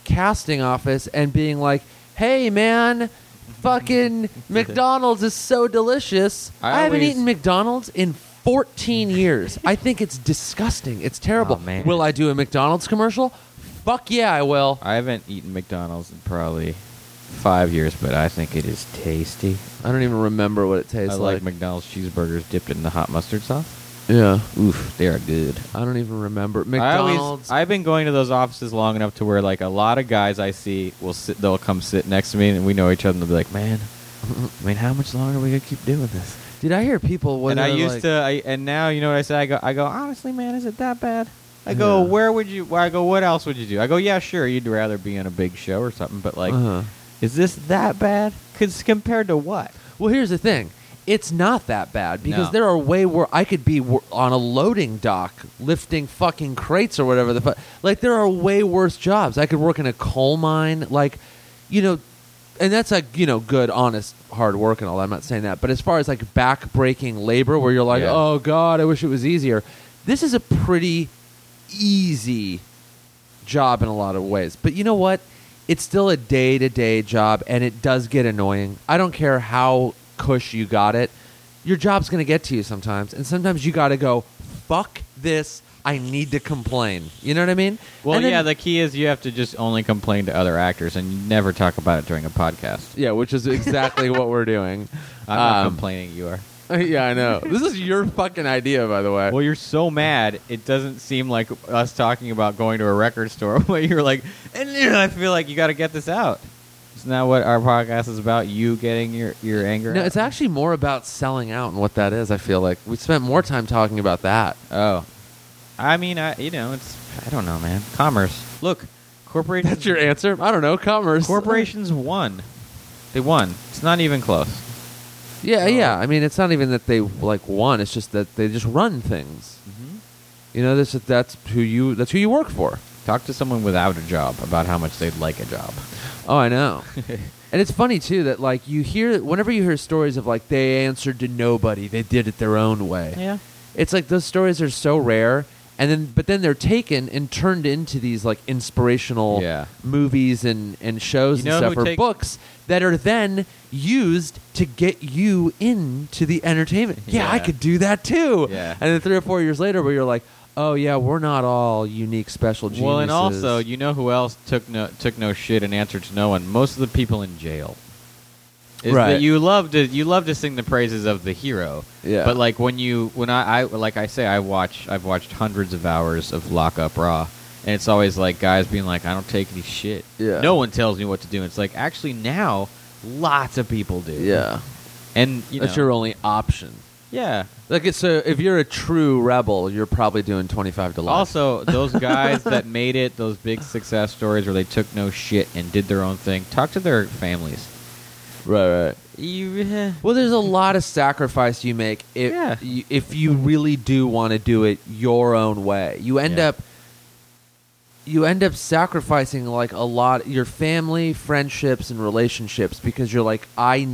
Speaker 1: casting office and being like, "Hey, man,
Speaker 2: <laughs>
Speaker 1: fucking McDonald's is so delicious. I,
Speaker 2: I
Speaker 1: haven't
Speaker 2: always-
Speaker 1: eaten McDonald's in 14 years. I think it's disgusting. It's terrible.
Speaker 2: Oh, man.
Speaker 1: Will I do a McDonald's commercial? Fuck yeah, I will.
Speaker 2: I haven't eaten McDonald's in probably five years, but I think it is tasty.
Speaker 1: I don't even remember what it tastes
Speaker 2: I like, McDonald's cheeseburgers dipped in the hot mustard sauce.
Speaker 1: yeah,
Speaker 2: Oof, they are good.
Speaker 1: I don't even remember
Speaker 2: I always-
Speaker 1: McDonald's.
Speaker 2: I've been going to those offices long enough to where like a lot of guys I see will sit. They'll come sit next to me, and we know each other. and They'll be like, "Man, <laughs> I mean, how much longer are we gonna keep doing this?"
Speaker 1: Did I hear people when
Speaker 2: and I
Speaker 1: they're
Speaker 2: used
Speaker 1: like-
Speaker 2: to, I, and now you know what I say. I go, I go. Honestly, man, is it that bad? I go,
Speaker 1: Yeah.
Speaker 2: where would you? Well, I go, what else would you do? I go, yeah, sure, you'd rather be on a big show or something, but like,
Speaker 1: Uh-huh.
Speaker 2: is this that bad? Cause compared to what?
Speaker 1: Well, here's the thing. It's not that bad because
Speaker 2: No.
Speaker 1: there are way where I could be wor- on a loading dock lifting fucking crates or whatever the fuck. Like there are way worse jobs. I could work in a coal mine, like you know, and that's like you know good, honest, hard work and all. that. I'm not saying that, but as far as like back breaking labor, where you're like,
Speaker 2: Yeah.
Speaker 1: oh god, I wish it was easier. This is a pretty easy job in a lot of ways. But you know what? It's still a day to day job and it does get annoying. I don't care how cush you got it. Your job's going to get to you sometimes. And sometimes you got to go, fuck this. I need to complain. You know what I mean?
Speaker 2: Well,
Speaker 1: And then-
Speaker 2: yeah, the key is you have to just only complain to other actors and you never talk about it during a podcast.
Speaker 1: yeah, which is exactly what we're doing.
Speaker 2: <laughs> I'm not
Speaker 1: Um,
Speaker 2: complaining. You are.
Speaker 1: <laughs> Yeah, I know. This is your fucking idea, by the way.
Speaker 2: Well, you're so mad. It doesn't seem like us talking about going to a record store. <laughs> Where you're like, and then I feel like you got to get this out. It's not what our podcast is about. You getting your your anger.
Speaker 1: no,
Speaker 2: out.
Speaker 1: it's actually more about selling out and what that is. I feel like we spent more time talking about that.
Speaker 2: Oh, I mean, I you know, it's I don't know, man. Commerce. Look, corporations.
Speaker 1: That's your answer. I don't know. Commerce.
Speaker 2: Corporations won. They won. It's not even close.
Speaker 1: Yeah,
Speaker 2: So-
Speaker 1: yeah. I mean, it's not even that they like won. It's just that they just run things. You know, this that's who you that's who you work for.
Speaker 2: Talk to someone without a job about how much they'd like a job.
Speaker 1: Oh, I know. and it's funny too that like you hear whenever you hear stories of like they answered to nobody, they did it their own way.
Speaker 2: Yeah.
Speaker 1: It's like those stories are so rare, and then but then they're taken and turned into these like inspirational
Speaker 2: Yeah.
Speaker 1: movies and and shows
Speaker 2: You know
Speaker 1: and
Speaker 2: who
Speaker 1: stuff or
Speaker 2: take-
Speaker 1: books that are then used to get you into the entertainment. Yeah, I
Speaker 2: Yeah.
Speaker 1: could do that too.
Speaker 2: Yeah.
Speaker 1: And then three or four years later, where you're like, oh yeah, we're not all unique, special geniuses.
Speaker 2: Well, and also, you know who else took no took no shit and answered to no one? Most of the people in jail. Is
Speaker 1: Right.
Speaker 2: That you love to you love to sing the praises of the hero.
Speaker 1: Yeah.
Speaker 2: But like when you when I, I like I say I watch I've watched hundreds of hours of Lock Up Raw, and it's always like guys being like I don't take any shit.
Speaker 1: Yeah.
Speaker 2: No one tells me what to do. And it's like actually now lots of people do.
Speaker 1: yeah,
Speaker 2: And you
Speaker 1: that's
Speaker 2: know,
Speaker 1: your only option.
Speaker 2: yeah.
Speaker 1: Like, it's a, if you're a true rebel, you're probably doing twenty five to life.
Speaker 2: Also, those guys that made it, those big success stories where they took no shit and did their own thing, talk to their families.
Speaker 1: right, right.
Speaker 2: You,
Speaker 1: Well, there's a lot of sacrifice you make if
Speaker 2: Yeah.
Speaker 1: you, if you really do want to do it your own way. You end
Speaker 2: Yeah.
Speaker 1: up you end up sacrificing like a lot your family, friendships, and relationships because you're like I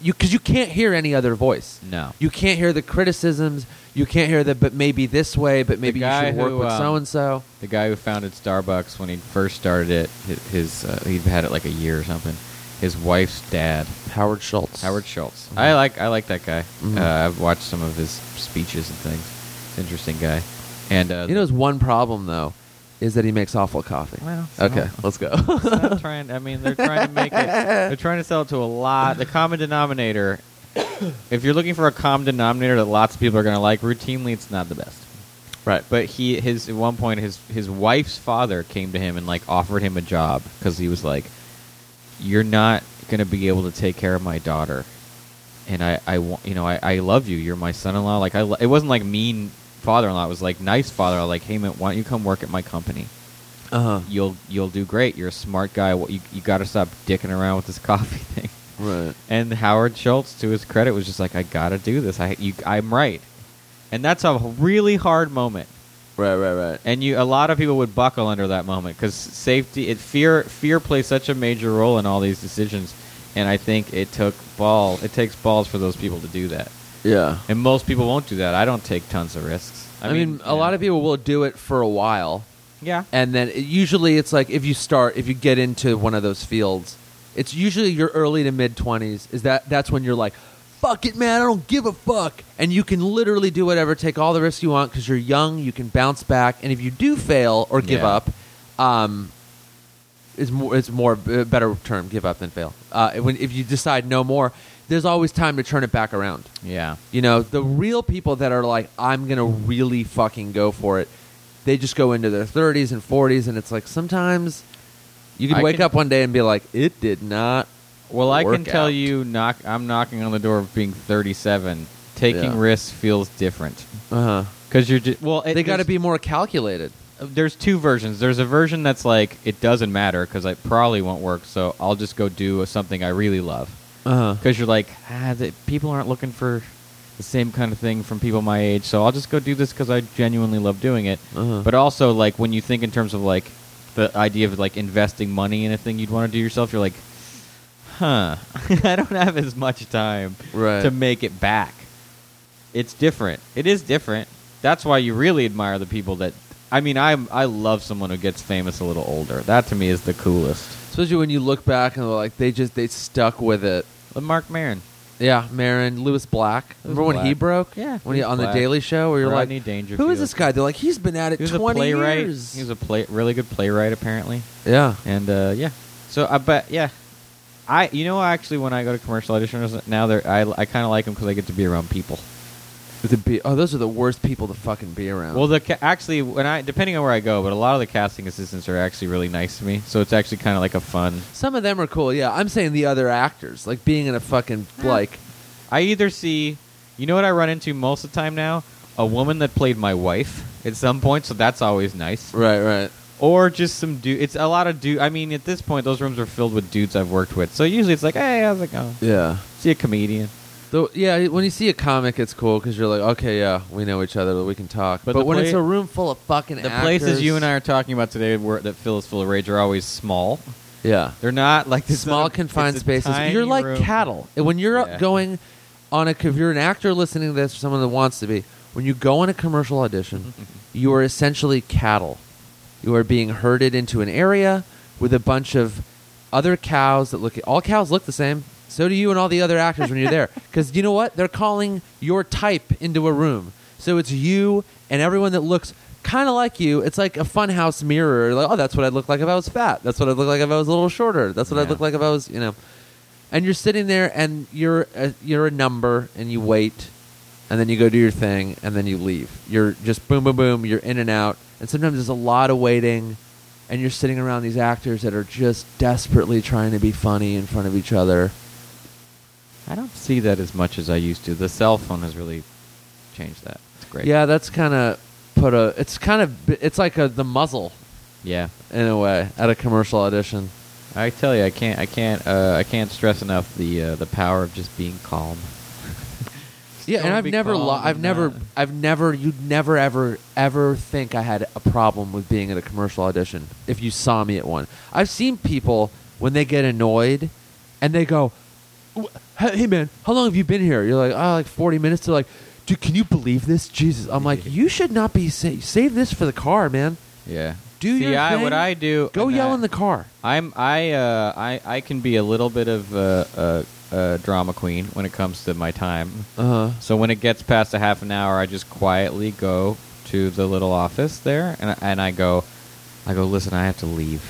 Speaker 1: you because you can't hear any other voice.
Speaker 2: no.
Speaker 1: You can't hear the criticisms. You can't hear the but maybe this way, but maybe you
Speaker 2: guy
Speaker 1: should work
Speaker 2: who,
Speaker 1: with
Speaker 2: um,
Speaker 1: so and so.
Speaker 2: The guy who founded Starbucks when he first started it, hi- his uh, he'd had it like a year or something. His wife's dad,
Speaker 1: Howard Schultz.
Speaker 2: Howard Schultz. I like I like that guy.
Speaker 1: Mhm.
Speaker 2: Uh, I've watched some of his speeches and things. He's an interesting guy. And uh,
Speaker 1: You know, there's one problem though. is that he makes awful coffee.
Speaker 2: Well, it's
Speaker 1: okay,
Speaker 2: not-
Speaker 1: let's go. <laughs>
Speaker 2: It's not trying. I mean, they're trying to make it. They're trying to sell it to a lot. The common denominator. <coughs> If you're looking for a common denominator that lots of people are going to like, routinely it's not the best.
Speaker 1: right,
Speaker 2: But he, his at one point, his his wife's father came to him and like offered him a job because he was like, "You're not going to be able to take care of my daughter, and I, I want, you know, I, I love you. You're my son-in-law. Like I, lo-. it wasn't like mean father-in-law. It was like nice father. Like, hey man, why don't you come work at my company?
Speaker 1: uh huh,
Speaker 2: you'll you'll do great. You're a smart guy. What- You, you got to stop dicking around with this <laughs> coffee thing.
Speaker 1: right,
Speaker 2: And Howard Schultz, to his credit, was just like, I got to do this. I you, I'm right, and that's a really hard moment.
Speaker 1: right, right, right.
Speaker 2: And you, a lot of people would buckle under that moment because safety, it fear fear plays such a major role in all these decisions. And I think it took ball. It takes balls for those people to do that.
Speaker 1: Yeah.
Speaker 2: And most people won't do that. I don't take tons of risks.
Speaker 1: I, mean, a lot of people will do it for a while,
Speaker 2: yeah.
Speaker 1: and then it, usually it's like if you start, if you get into one of those fields, it's usually your early to mid twenties. Is that that's when you're like, fuck it, man, I don't give a fuck, and you can literally do whatever, take all the risks you want because you're young, you can bounce back, and if you do fail or give
Speaker 2: Yeah.
Speaker 1: up, um, is more it's more a better term, give up than fail. Uh, when if you decide no more, there's always time to turn it back around.
Speaker 2: Yeah.
Speaker 1: You know, the real people that are like, I'm going to really fucking go for it, they just go into their 30s and 40s, and it's like sometimes you can
Speaker 2: I
Speaker 1: wake
Speaker 2: can-
Speaker 1: up one day and be like, it did not.
Speaker 2: Well, I can
Speaker 1: work
Speaker 2: tell
Speaker 1: out.
Speaker 2: you, knock. I'm knocking on the door of being 37. Taking
Speaker 1: Yeah.
Speaker 2: risks feels different
Speaker 1: Uh huh.
Speaker 2: because you're just well. It,
Speaker 1: They got to
Speaker 2: there's-
Speaker 1: be more calculated.
Speaker 2: There's two versions. There's a version that's like it doesn't matter because I probably won't work, so I'll just go do something I really love.
Speaker 1: Uh huh.
Speaker 2: Because you're like, ah, the, people aren't looking for the same kind of thing from people my age, so I'll just go do this because I genuinely love doing it.
Speaker 1: Uh-huh.
Speaker 2: But also, like when you think in terms of like the idea of like investing money in a thing you'd want to do yourself, you're like, huh, <laughs> I don't have as much time
Speaker 1: Right.
Speaker 2: to make it back. It's different. It is different. That's why you really admire the people that. I mean, I I love someone who gets famous a little older. That to me is the coolest.
Speaker 1: Especially when you look back and they're like, they just, they stuck with it.
Speaker 2: Like Mark Maron.
Speaker 1: Yeah, Marin, Lewis Black. Remember
Speaker 2: Lewis
Speaker 1: when he
Speaker 2: Black.
Speaker 1: broke?
Speaker 2: Yeah,
Speaker 1: When he,
Speaker 2: Lewis
Speaker 1: on
Speaker 2: Black.
Speaker 1: the Daily Show, where you're
Speaker 2: Rodney
Speaker 1: like,
Speaker 2: Dangerfield.
Speaker 1: who is this guy? They're like, he's been at it
Speaker 2: He was a
Speaker 1: 20
Speaker 2: playwright.
Speaker 1: years.
Speaker 2: He was a play, really good playwright, apparently.
Speaker 1: yeah.
Speaker 2: And uh, yeah, so I bet yeah, I you know actually when I go to commercial auditions now, they're, I I kind of like them because I get to be around people.
Speaker 1: The be- oh, those are the worst people to fucking be around.
Speaker 2: Well, the ca- actually when I depending on where I go, but a lot of the casting assistants are actually really nice to me, so it's actually kind of like a fun.
Speaker 1: Some of them are cool, yeah. I'm saying the other actors, like being in a fucking like,
Speaker 2: I either see, you know what I run into most of the time now, a woman that played my wife at some point, so that's always nice.
Speaker 1: right, right,
Speaker 2: Or just some dude. It's a lot of dude. I mean, at this point, those rooms are filled with dudes I've worked with. So usually it's like, hey, how's it going?
Speaker 1: yeah.
Speaker 2: See a comedian.
Speaker 1: Though, yeah, when you see a comic, it's cool because you're like, okay, yeah, we know each other, we can talk. But,
Speaker 2: But the
Speaker 1: when
Speaker 2: pla-
Speaker 1: it's a room full of fucking
Speaker 2: The places you and I are talking about today were, that Phil is full of rage are always small.
Speaker 1: yeah,
Speaker 2: They're not like this
Speaker 1: small
Speaker 2: other-
Speaker 1: confined
Speaker 2: it's a
Speaker 1: spaces.
Speaker 2: tiny
Speaker 1: You're like
Speaker 2: room.
Speaker 1: cattle. And When you're
Speaker 2: Yeah.
Speaker 1: up going on a, if you're an actor listening to this, or someone that wants to be, when you go on a commercial <laughs> audition, you are essentially cattle. You are being herded into an area with a bunch of other cows that look. All cows look the same. So do you and all the other actors when you're there, because you know what? They're calling your type into a room. So it's you and everyone that looks kind of like you. It's like a funhouse mirror. Like, oh, that's what I'd look like if I was fat. That's what I'd look like if I was a little shorter. That's what I'd
Speaker 2: Yeah.
Speaker 1: look like if I was, you know and you're sitting there and you're a, you're a number and you wait and then you go do your thing and then you leave you're just boom boom boom you're in and out and sometimes there's a lot of waiting and you're sitting around these actors that are just desperately trying to be funny in front of each other
Speaker 2: I don't see that as much as I used to. The cell phone has really changed that. It's great.
Speaker 1: yeah that's kind of put a it's kind of it's like a, the muzzle
Speaker 2: Yeah.
Speaker 1: in a way at a commercial audition
Speaker 2: I tell you, I can't, I can't, uh, I can't stress enough the uh, the power of just being calm.
Speaker 1: Yeah, and
Speaker 2: Don't
Speaker 1: I've
Speaker 2: be
Speaker 1: never,
Speaker 2: calm
Speaker 1: lo- I've
Speaker 2: and
Speaker 1: never,
Speaker 2: not-
Speaker 1: I've never, you'd never ever, ever think I had a problem with being at a commercial audition if you saw me at one. I've seen people when they get annoyed, and they go, "Wh- "Hey hey, man, how long have you been here?" You're like, "Oh, like 40 minutes." They're like, "Dude, can you believe this?" Jesus, I'm
Speaker 2: <laughs>
Speaker 1: like, "You should not be sa- save this for the car, man.
Speaker 2: Yeah.
Speaker 1: Do
Speaker 2: See,
Speaker 1: your
Speaker 2: I,
Speaker 1: thing.
Speaker 2: what I do.
Speaker 1: Go
Speaker 2: and
Speaker 1: yell
Speaker 2: I-
Speaker 1: in the car."
Speaker 2: I'm I uh, I I can be a little bit of a, uh uh drama queen when it comes to my time. <laughs>
Speaker 1: Uh huh.
Speaker 2: So when it gets past a half an hour, I just quietly go to the little office there, and I- and I go, I go, listen, I have to leave.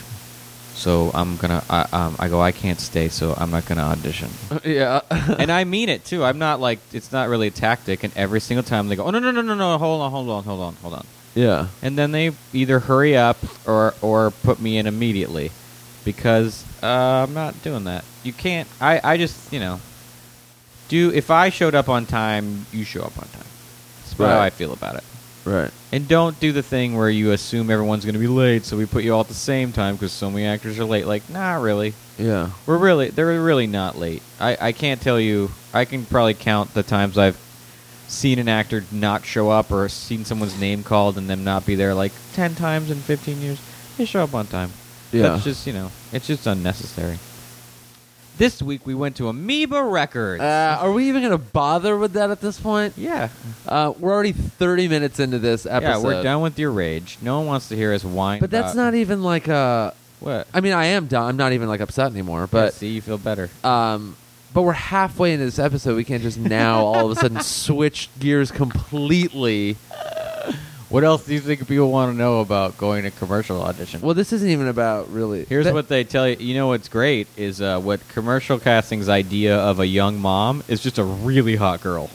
Speaker 2: So I'm gonna. I, um, I go. I can't stay, so I'm not gonna audition.
Speaker 1: <laughs> yeah.
Speaker 2: and I mean it too. I'm not like it's not really a tactic. And every single time they go, oh no no no no no, hold on hold on hold on hold on.
Speaker 1: yeah.
Speaker 2: And then they either hurry up or or put me in immediately, because uh, I'm not doing that. You can't. I I just you know, do if I showed up on time, you show up on time. That's how
Speaker 1: Right.
Speaker 2: I feel about it.
Speaker 1: Right.
Speaker 2: And don't do the thing where you assume everyone's going to be late, so we put you all at the same time because so many actors are late. Like, nah, really.
Speaker 1: Yeah.
Speaker 2: We're really, they're really not late. I, I can't tell you, I can probably count the times I've seen an actor not show up or seen someone's name called and them not be there like 10 times in 15 years. They show up on time.
Speaker 1: Yeah.
Speaker 2: That's just, you know, it's just unnecessary. This week we went to Amoeba Records.
Speaker 1: Uh, are we even going to bother with that at this point?
Speaker 2: yeah.
Speaker 1: Uh, we're already 30 minutes into this episode.
Speaker 2: Yeah, we're done with your rage. No one wants to hear us whine.
Speaker 1: But that's
Speaker 2: about-
Speaker 1: not even like a.
Speaker 2: What?
Speaker 1: I mean, I am done. I'm not even like upset anymore.
Speaker 2: But
Speaker 1: But
Speaker 2: see, you feel better.
Speaker 1: um, but we're halfway into this episode. We can't just <laughs> now all of a sudden switch gears completely.
Speaker 2: What else do you think people want to know about going to commercial audition?
Speaker 1: Well, this isn't even about really.
Speaker 2: Here's
Speaker 1: That-
Speaker 2: what they tell you. You know what's great is uh, what commercial casting's idea of a young mom is just a really hot girl.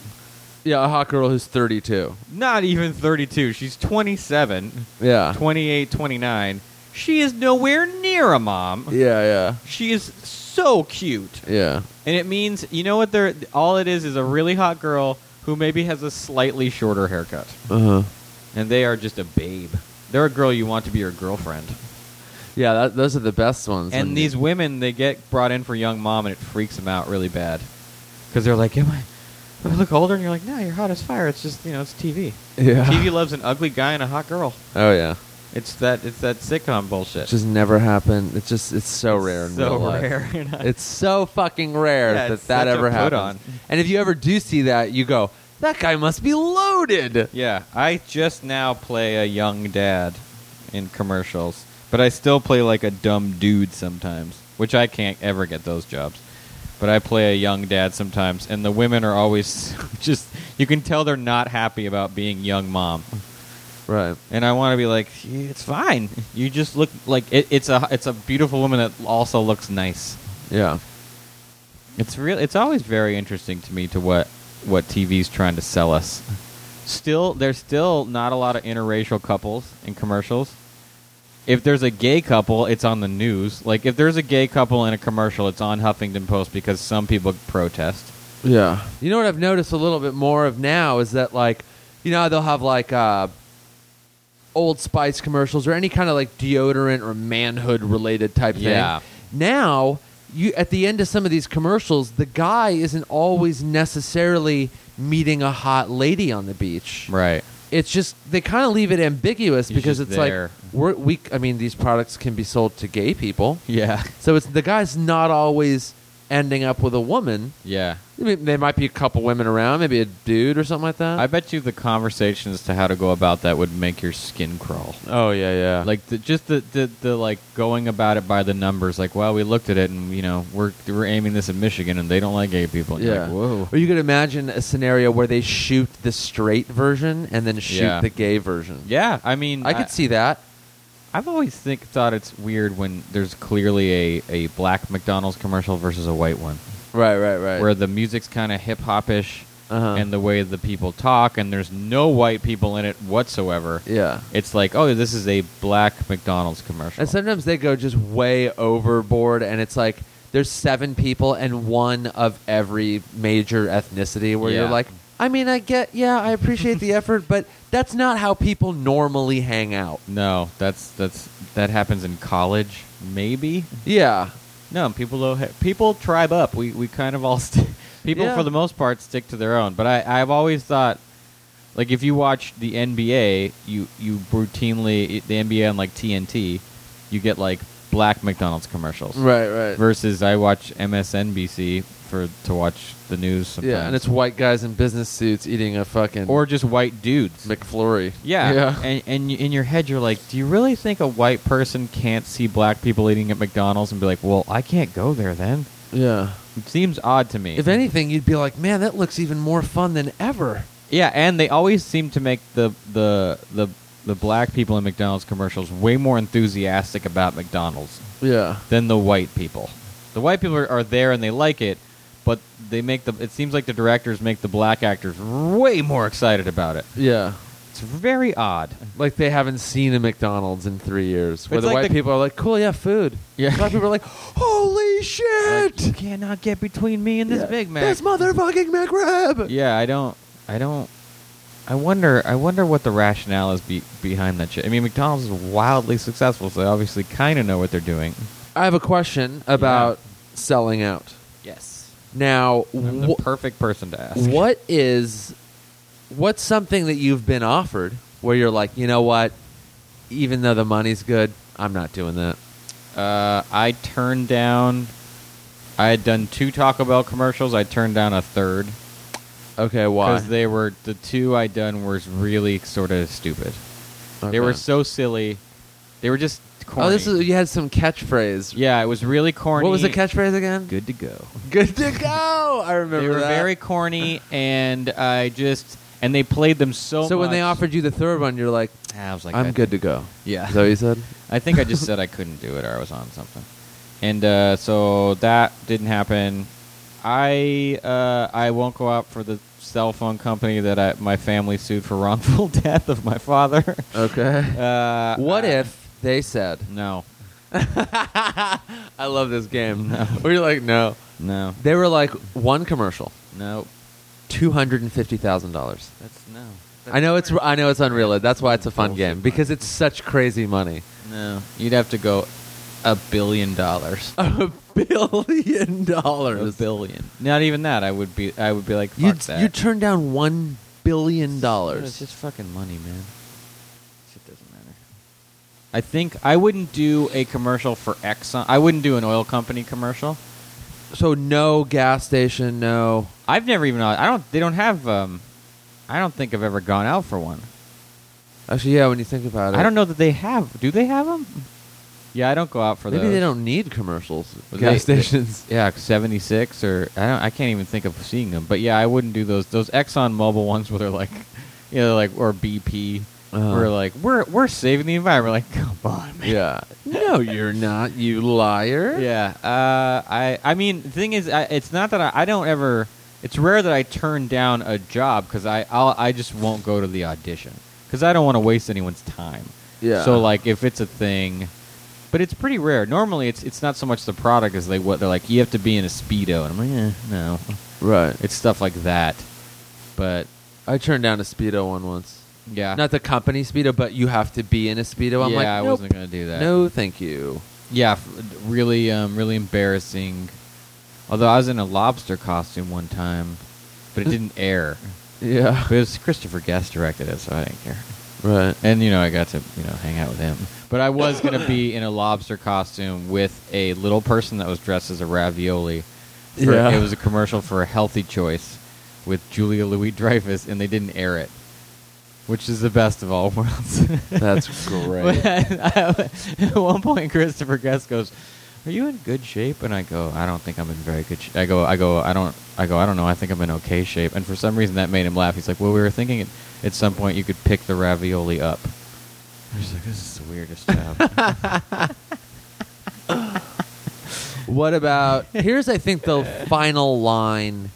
Speaker 1: Yeah, a hot girl who's 32.
Speaker 2: Not even 32. She's 27,
Speaker 1: Yeah.
Speaker 2: 28, 29. She is nowhere near a mom.
Speaker 1: Yeah,
Speaker 2: She is so cute.
Speaker 1: yeah, yeah.
Speaker 2: And it means, you know what they're all it is is a really hot girl who maybe has a slightly shorter haircut.
Speaker 1: Uh huh.
Speaker 2: And they are just a babe. They're a girl you want to be your girlfriend.
Speaker 1: Yeah, that, those are the best ones.
Speaker 2: And
Speaker 1: when
Speaker 2: these
Speaker 1: you-
Speaker 2: women, they get brought in for young mom, and it freaks them out really bad because they're like, "Am I? do I look older?" And you're like, "No, you're hot as fire. It's just you know, it's TV.
Speaker 1: Yeah.
Speaker 2: TV loves an ugly guy and a hot girl.
Speaker 1: Oh yeah.
Speaker 2: It's that it's that sitcom bullshit.
Speaker 1: It's just never happened. It's just it's so rare. In
Speaker 2: so
Speaker 1: real life.
Speaker 2: rare. and
Speaker 1: <laughs>
Speaker 2: I-
Speaker 1: It's so fucking rare
Speaker 2: Yeah, it's
Speaker 1: that that
Speaker 2: such a
Speaker 1: ever
Speaker 2: put
Speaker 1: happens.
Speaker 2: on.
Speaker 1: And if you ever do see that, you go, "That guy must be loaded."
Speaker 2: yeah. I just now play a young dad in commercials, but I still play like a dumb dude sometimes, which I can't ever get those jobs. But I play a young dad sometimes, and the women are always <laughs> just, you can tell they're not happy about being young mom.
Speaker 1: Right.
Speaker 2: and I want to be like, it's fine. You just look like it, it's a it's a beautiful woman that also looks nice.
Speaker 1: Yeah.
Speaker 2: It's real. It's always very interesting to me to what what TV's trying to sell us. Still, there's still not a lot of interracial couples in commercials. If there's a gay couple, it's on the news. Like if there's a gay couple in a commercial, it's on Huffington Post because some people protest.
Speaker 1: Yeah. You know what I've noticed a little bit more of now is that like, you know, how they'll have like uh, Old Spice commercials or any kind of like deodorant or manhood related type
Speaker 2: Yeah.
Speaker 1: thing. Now, you at the end of some of these commercials, the guy isn't always necessarily meeting a hot lady on the beach.
Speaker 2: Right.
Speaker 1: It's just they kind of leave it ambiguous
Speaker 2: He's
Speaker 1: because
Speaker 2: just
Speaker 1: it's
Speaker 2: there.
Speaker 1: like we're, we. I mean, these products can be sold to gay people,
Speaker 2: Yeah. <laughs>
Speaker 1: so it's the guy's not always ending up with a woman.
Speaker 2: Yeah.
Speaker 1: I mean, there might be a couple women around, maybe a dude or something like that.
Speaker 2: I bet you the conversation as to how to go about that would make your skin crawl.
Speaker 1: oh yeah, yeah,
Speaker 2: like the, just the, the the like going about it by the numbers like well we looked at it and you know we're we're aiming this in michigan and they don't like gay people and you're
Speaker 1: yeah.
Speaker 2: like, whoa
Speaker 1: Or you could imagine a scenario where they shoot the straight version and then shoot
Speaker 2: Yeah.
Speaker 1: the gay version.
Speaker 2: yeah i mean
Speaker 1: I, could see that.
Speaker 2: i've always think thought it's weird when there's clearly a a black mcdonald's commercial versus a white one
Speaker 1: Right, right, right.
Speaker 2: where the music's kind of hip-hop-ish
Speaker 1: Uh-huh.
Speaker 2: and the way the people talk and there's no white people in it whatsoever
Speaker 1: yeah.
Speaker 2: it's like oh this is a black mcdonald's commercial
Speaker 1: And sometimes they go just way overboard, and it's like there's seven people and one of every major ethnicity where you're
Speaker 2: Yeah.
Speaker 1: like, I mean, I get, yeah, I appreciate
Speaker 2: <laughs>
Speaker 1: the effort, but that's not how people normally hang out.
Speaker 2: no that's that's that happens in college maybe
Speaker 1: Yeah.
Speaker 2: No, people don't ha- people tribe up. We we kind of all <laughs> st- people
Speaker 1: Yeah.
Speaker 2: for the most part stick to their own. But I I've always thought like if you watch the NBA, you you routinely the NBA on like TNT, you get like black McDonald's commercials.
Speaker 1: Right, right.
Speaker 2: Versus I watch MSNBC for to watch the news sometimes.
Speaker 1: Yeah, and it's white guys in business suits eating a fucking
Speaker 2: or just white dudes.
Speaker 1: McFlurry.
Speaker 2: yeah.
Speaker 1: yeah,
Speaker 2: And and you, in your head you're like, do you really think a white person can't see black people eating at McDonald's and be like, "Well, I can't go there then?"
Speaker 1: yeah.
Speaker 2: It seems odd to me.
Speaker 1: If anything, you'd be like, man, that looks even more fun than ever.
Speaker 2: Yeah, and they always seem to make the the the the black people in McDonald's commercials way more enthusiastic about McDonald's
Speaker 1: Yeah.
Speaker 2: than the white people. The white people are, are there and they like it, but they make the. It seems like the directors make the black actors way more excited about it.
Speaker 1: Yeah.
Speaker 2: It's very odd.
Speaker 1: Like they haven't seen a McDonald's in three years. Where
Speaker 2: It's
Speaker 1: the
Speaker 2: like
Speaker 1: white
Speaker 2: the-
Speaker 1: people are like, cool, yeah, food.
Speaker 2: Yeah.
Speaker 1: Black people are like, holy shit!
Speaker 2: Like, you cannot get between me and this
Speaker 1: Yeah.
Speaker 2: Big Mac.
Speaker 1: This motherfucking McRib!
Speaker 2: yeah, I don't. I don't. I wonder. I wonder what the rationale is be, behind that shit. I mean, McDonald's is wildly successful, so they obviously kind of know what they're doing.
Speaker 1: I have a question about selling out.
Speaker 2: Yes,
Speaker 1: Now,
Speaker 2: I'm the
Speaker 1: wh-
Speaker 2: perfect person to ask.
Speaker 1: what is what's something that you've been offered where you're like, you know what? Even though the money's good, I'm not doing that.
Speaker 2: Uh, I turned down. I had done two Taco Bell commercials. I turned down a third
Speaker 1: Okay, why?
Speaker 2: because they were the two I done were really sort of stupid.
Speaker 1: Okay.
Speaker 2: They were so silly. They were just corny.
Speaker 1: Oh, this is you had some catchphrase.
Speaker 2: yeah. It was really corny.
Speaker 1: What was the catchphrase again?
Speaker 2: Good to go.
Speaker 1: Good to go. I remember
Speaker 2: they were
Speaker 1: that. <laughs>
Speaker 2: very corny, and I just and they played them so.
Speaker 1: so when they
Speaker 2: much. Ah,
Speaker 1: offered you the third one, you're like,
Speaker 2: I was like,
Speaker 1: I'm
Speaker 2: I-
Speaker 1: good to go.
Speaker 2: Yeah.
Speaker 1: Is that what you said?
Speaker 2: <laughs> I think I just said I couldn't do it or I was on something. And uh, so that didn't happen. I uh, I won't go out for the cell phone company that I, my family sued for <laughs> wrongful death of my father. <laughs>
Speaker 1: Okay.
Speaker 2: Uh,
Speaker 1: what
Speaker 2: I-
Speaker 1: if they said, <laughs>
Speaker 2: No,
Speaker 1: I love this game.
Speaker 2: No.
Speaker 1: <laughs> We're like, no.
Speaker 2: no,
Speaker 1: They were like one commercial,
Speaker 2: no.
Speaker 1: two hundred and fifty thousand dollars.
Speaker 2: That's no,
Speaker 1: I know it's I know it's unreal. That's why it's a fun
Speaker 2: Bullshit
Speaker 1: game
Speaker 2: money.
Speaker 1: because it's such crazy money.
Speaker 2: no. You'd have to go a billion dollars.
Speaker 1: A <laughs> billion
Speaker 2: A
Speaker 1: dollars.
Speaker 2: billion. Not even that. I would be. I would be like,
Speaker 1: You
Speaker 2: fuck that.
Speaker 1: you turn down one billion
Speaker 2: It's
Speaker 1: dollars.
Speaker 2: just fucking money, man. Shit doesn't matter. I think I wouldn't do a commercial for Exxon. I wouldn't do an oil company commercial.
Speaker 1: So no gas station, no.
Speaker 2: I've never even. I don't. They don't have. Um, I don't think I've ever gone out for one.
Speaker 1: Actually, yeah. When you think about it,
Speaker 2: I don't know that they have. Do they have them? Yeah, I don't go out for
Speaker 1: Maybe
Speaker 2: those.
Speaker 1: they don't need commercials.
Speaker 2: Well,
Speaker 1: gas
Speaker 2: they-
Speaker 1: stations.
Speaker 2: Yeah, seventy six or I don't. I can't even think of seeing them. But yeah, I wouldn't do those. Those Exxon Mobil ones where they're like, <laughs> you know, like or BP.
Speaker 1: <laughs> Uh-huh.
Speaker 2: We're like we're we're saving the environment. Like come on, man.
Speaker 1: yeah. No, you're not. You liar.
Speaker 2: Yeah. Uh, I I mean, the thing is, I, it's not that I, I don't ever. It's rare that I turn down a job because I I'll, I just won't go to the audition because I don't want to waste anyone's time.
Speaker 1: Yeah.
Speaker 2: So like, if it's a thing, but it's pretty rare. Normally, it's it's not so much the product as they what they're like. You have to be in a speedo, and I'm like, eh, no.
Speaker 1: Right.
Speaker 2: It's stuff like that. But
Speaker 1: I turned down a speedo one once.
Speaker 2: yeah,
Speaker 1: Not the company speedo, but you have to be in a speedo. I'm
Speaker 2: yeah,
Speaker 1: like,
Speaker 2: I
Speaker 1: nope.
Speaker 2: wasn't gonna do that.
Speaker 1: No, thank you.
Speaker 2: Yeah, f- really, um, really embarrassing. Although I was in a lobster costume one time, but it didn't air.
Speaker 1: Yeah.
Speaker 2: But it was Christopher Guest directed it, so I didn't care.
Speaker 1: Right.
Speaker 2: And you know, I got to you know hang out with him. But I was gonna be in a lobster costume with a little person that was dressed as a ravioli. For,
Speaker 1: Yeah.
Speaker 2: It was a commercial for a healthy choice with Julia Louis Dreyfus, and they didn't air it, which is the best of all worlds.
Speaker 1: <laughs>
Speaker 2: <laughs>
Speaker 1: That's great.
Speaker 2: At one point, Christopher Guest goes, "Are you in good shape?" And I go, "I don't think I'm in very good shape." I go, "I go, I don't, I go, I don't know. I think I'm in okay shape." And for some reason, that made him laugh. He's like, "Well, we were thinking at, at some point you could pick the ravioli up." I was like, "This is the weirdest job."
Speaker 1: <laughs> what about here's I think the final line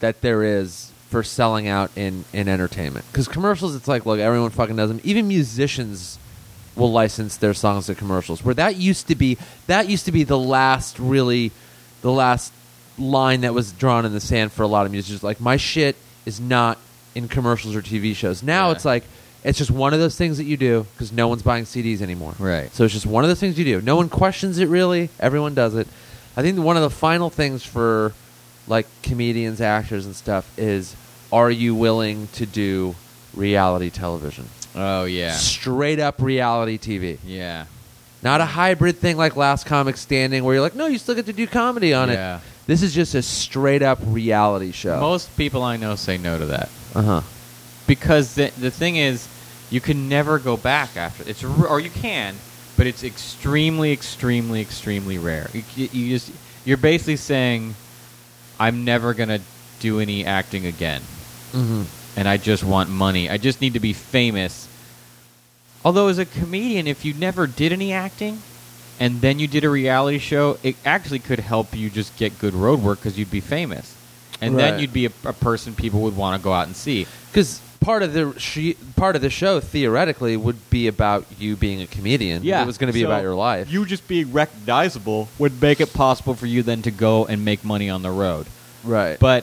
Speaker 1: that there is for selling out in in entertainment. Cuz commercials it's like look everyone fucking does them. Even musicians will license their songs to commercials. Where that used to be that used to be the last really the last line that was drawn in the sand for a lot of musicians like my shit is not in commercials or TV shows. Now
Speaker 2: Yeah.
Speaker 1: it's like it's just one of those things that you do cuz no one's buying CDs anymore.
Speaker 2: Right.
Speaker 1: So it's just one of those things you do. No one questions it really. Everyone does it. I think one of the final things for like comedians, actors, and stuff is are you willing to do reality television?
Speaker 2: oh yeah,
Speaker 1: Straight up reality TV.
Speaker 2: yeah,
Speaker 1: Not a hybrid thing like Last Comic Standing where you're like, no, you still get to do comedy on
Speaker 2: Yeah.
Speaker 1: it. This is just a straight up reality show.
Speaker 2: Most people I know say no to that.
Speaker 1: uh huh.
Speaker 2: because the, the thing is you can never go back after it's r- or you can but it's extremely extremely extremely rare you, c- you just you're basically saying i'm never going to do any acting again
Speaker 1: hmm
Speaker 2: and i just want money i just need to be famous Although as a comedian, if you never did any acting, and then you did a reality show, it actually could help you just get good road work because you'd be famous, and then
Speaker 1: Right.
Speaker 2: you'd be a, a person people would want to go out and see.
Speaker 1: Because part of the she, part of the show theoretically would be about you being a comedian. it was going to be about your life.
Speaker 2: You just being recognizable would make it possible for you then to go and make money on the road.
Speaker 1: right?
Speaker 2: But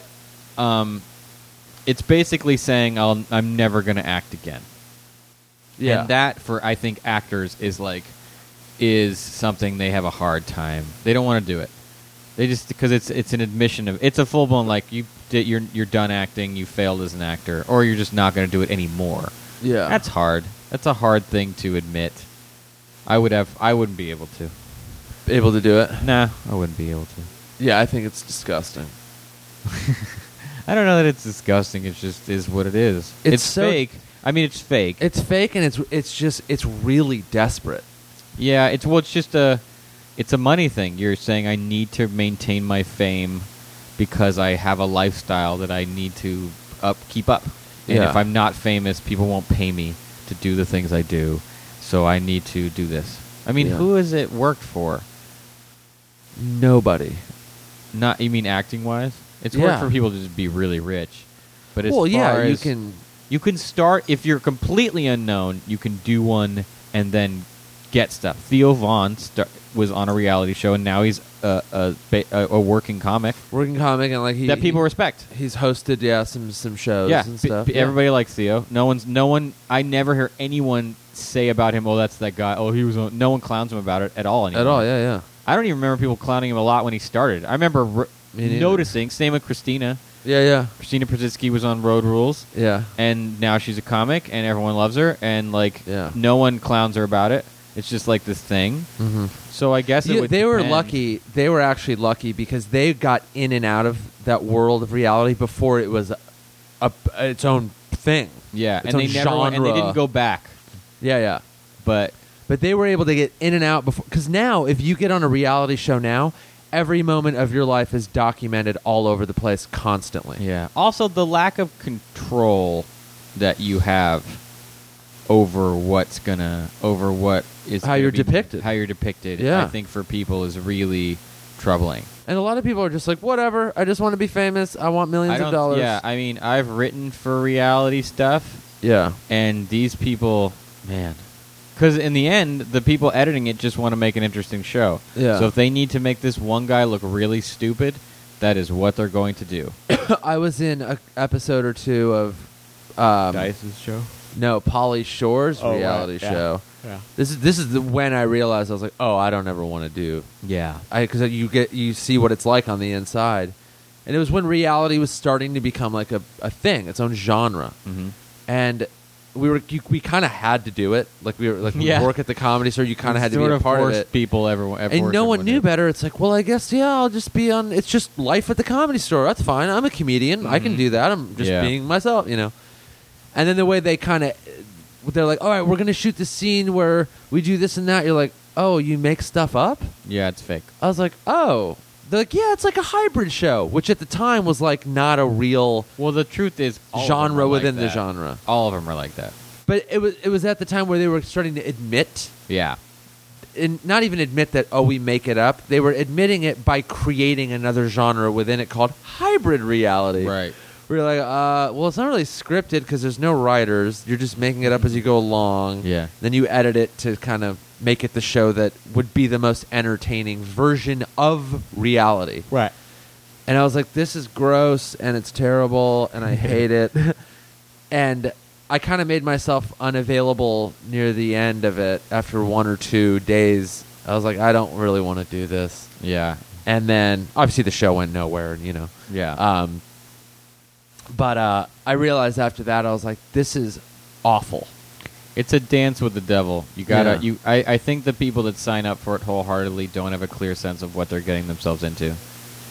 Speaker 2: um, it's basically saying I'll, I'm never going to act again.
Speaker 1: yeah,
Speaker 2: And that for I think actors is like is something they have a hard time. They don't want to do it. They just because it's it's an admission of it's a full blown like you did you're you're done acting, you failed as an actor, or you're just not going to do it anymore.
Speaker 1: yeah.
Speaker 2: That's hard. That's a hard thing to admit. I would have I wouldn't be able
Speaker 1: <laughs>
Speaker 2: to.
Speaker 1: able to do it.
Speaker 2: Nah, I wouldn't be able to. <laughs>
Speaker 1: Yeah, I think it's disgusting.
Speaker 2: I don't know that it's disgusting. It just is what it is.
Speaker 1: It's
Speaker 2: It's,
Speaker 1: so-
Speaker 2: fake. I mean, it's fake.
Speaker 1: It's fake, and it's it's just it's really desperate.
Speaker 2: Yeah, it's well, it's just a, it's a money thing. You're saying I need to maintain my fame because I have a lifestyle that I need to up keep up. And
Speaker 1: Yeah.
Speaker 2: if I'm not famous, people won't pay me to do the things I do. So I need to do this. I mean,
Speaker 1: Yeah.
Speaker 2: who has it worked for?
Speaker 1: Nobody.
Speaker 2: Not you mean acting wise? It's
Speaker 1: Yeah.
Speaker 2: worked for people to just be really rich. But as
Speaker 1: well, yeah,
Speaker 2: far
Speaker 1: you
Speaker 2: as-
Speaker 1: can.
Speaker 2: you can start if you're completely unknown. You can do one and then get stuff. Theo Vaughn sta- was on a reality show and now he's a a, ba- a, a working comic
Speaker 1: Working comic and like he
Speaker 2: that people
Speaker 1: he-
Speaker 2: respect.
Speaker 1: he's hosted yeah some some shows
Speaker 2: Yeah,
Speaker 1: and
Speaker 2: p-
Speaker 1: stuff.
Speaker 2: p-
Speaker 1: Yeah.
Speaker 2: everybody likes Theo. No one's no one. I never hear anyone say about him. Oh, that's that guy. Oh, he was. On. No one clowns him about it at all anymore.
Speaker 1: at all. Yeah, yeah,
Speaker 2: I don't even remember people clowning him a lot when he started. I remember r
Speaker 1: Me neither.
Speaker 2: noticing. Same with Christina.
Speaker 1: yeah, yeah,
Speaker 2: Christina Przitsky was on Road Rules
Speaker 1: yeah.
Speaker 2: and now she's a comic and everyone loves her and like
Speaker 1: Yeah.
Speaker 2: no one clowns her about it it's just like this thing
Speaker 1: Mm-hmm.
Speaker 2: so i guess it
Speaker 1: Yeah,
Speaker 2: would
Speaker 1: they were
Speaker 2: depend.
Speaker 1: lucky. They were actually lucky because they got in and out of that world of reality before it was a, a- its own thing.
Speaker 2: yeah
Speaker 1: Its
Speaker 2: and they
Speaker 1: own
Speaker 2: never went- and they
Speaker 1: genre.
Speaker 2: didn't go back
Speaker 1: Yeah, yeah.
Speaker 2: but
Speaker 1: But they were able to get in and out before. Because now, if you get on a reality show now, every moment of your life is documented all over the place constantly.
Speaker 2: yeah also the lack of control that you have over what's gonna over what is
Speaker 1: How
Speaker 2: gonna
Speaker 1: you're
Speaker 2: be-
Speaker 1: depicted.
Speaker 2: how you're depicted i
Speaker 1: Yeah.
Speaker 2: think for people is really troubling
Speaker 1: And a lot of people are just like, whatever. I just want to be famous. I want millions
Speaker 2: I don't,
Speaker 1: of dollars.
Speaker 2: yeah i mean i've written for reality stuff
Speaker 1: yeah. <coughs>
Speaker 2: and these people, man, because in the end, the people editing it just want to make an interesting show.
Speaker 1: Yeah.
Speaker 2: So if they need to make this one guy look really stupid, that is what they're going to do.
Speaker 1: I was in an episode or two of. Um,
Speaker 2: Dice's show.
Speaker 1: No, Polly Shore's
Speaker 2: Oh, right.
Speaker 1: reality
Speaker 2: Yeah.
Speaker 1: show.
Speaker 2: Yeah.
Speaker 1: This is this is the when I realized I was like, oh, I don't ever want to do
Speaker 2: Yeah.
Speaker 1: I because you get you see what it's like on the inside, and it was when reality was starting to become like a, a thing, its own genre,
Speaker 2: hmm
Speaker 1: and we were you, we kind of had to do it. Like we were like we
Speaker 2: Yeah.
Speaker 1: work at the comedy store, you kind of had to be
Speaker 2: sort
Speaker 1: a
Speaker 2: of
Speaker 1: part of
Speaker 2: forced
Speaker 1: it.
Speaker 2: People, everyone,
Speaker 1: And no one knew better. It's like, well, I guess yeah, I'll just be on. It's just life at the comedy store. That's fine. I'm a comedian. I can
Speaker 2: Mhm.
Speaker 1: do that. I'm just
Speaker 2: Yeah.
Speaker 1: being myself, you know. And then the way they kind of, they're like, all right, we're gonna shoot the scene where we do this and that. You're like, oh, you make stuff up.
Speaker 2: Yeah, it's fake.
Speaker 1: I was like, oh. They're like, yeah, it's like a hybrid show, which at the time was like not a real
Speaker 2: Well, the truth is, all of them are
Speaker 1: genre
Speaker 2: like
Speaker 1: within the
Speaker 2: that.
Speaker 1: genre.
Speaker 2: All of them are like that.
Speaker 1: But it was it was at the time where they were starting to admit
Speaker 2: Yeah.
Speaker 1: and not even admit that oh we make it up. They were admitting it by creating another genre within it called hybrid reality.
Speaker 2: Right.
Speaker 1: We were like, uh, well, it's not really scripted because there's no writers. You're just making it up as you go along.
Speaker 2: Yeah.
Speaker 1: Then you edit it to kind of make it the show that would be the most entertaining version of reality.
Speaker 2: Right.
Speaker 1: And I was like, this is gross and it's terrible and I hate <laughs> it. and I kind of made myself unavailable near the end of it after one or two days. I was like, I don't really want to do this.
Speaker 2: Yeah.
Speaker 1: And then obviously the show went nowhere, and you know.
Speaker 2: Yeah.
Speaker 1: Um, but uh, I realized after that, I was like, this is awful.
Speaker 2: It's a dance with the devil. You gotta.
Speaker 1: Yeah.
Speaker 2: You. I, I. think the people that sign up for it wholeheartedly don't have a clear sense of what they're getting themselves into.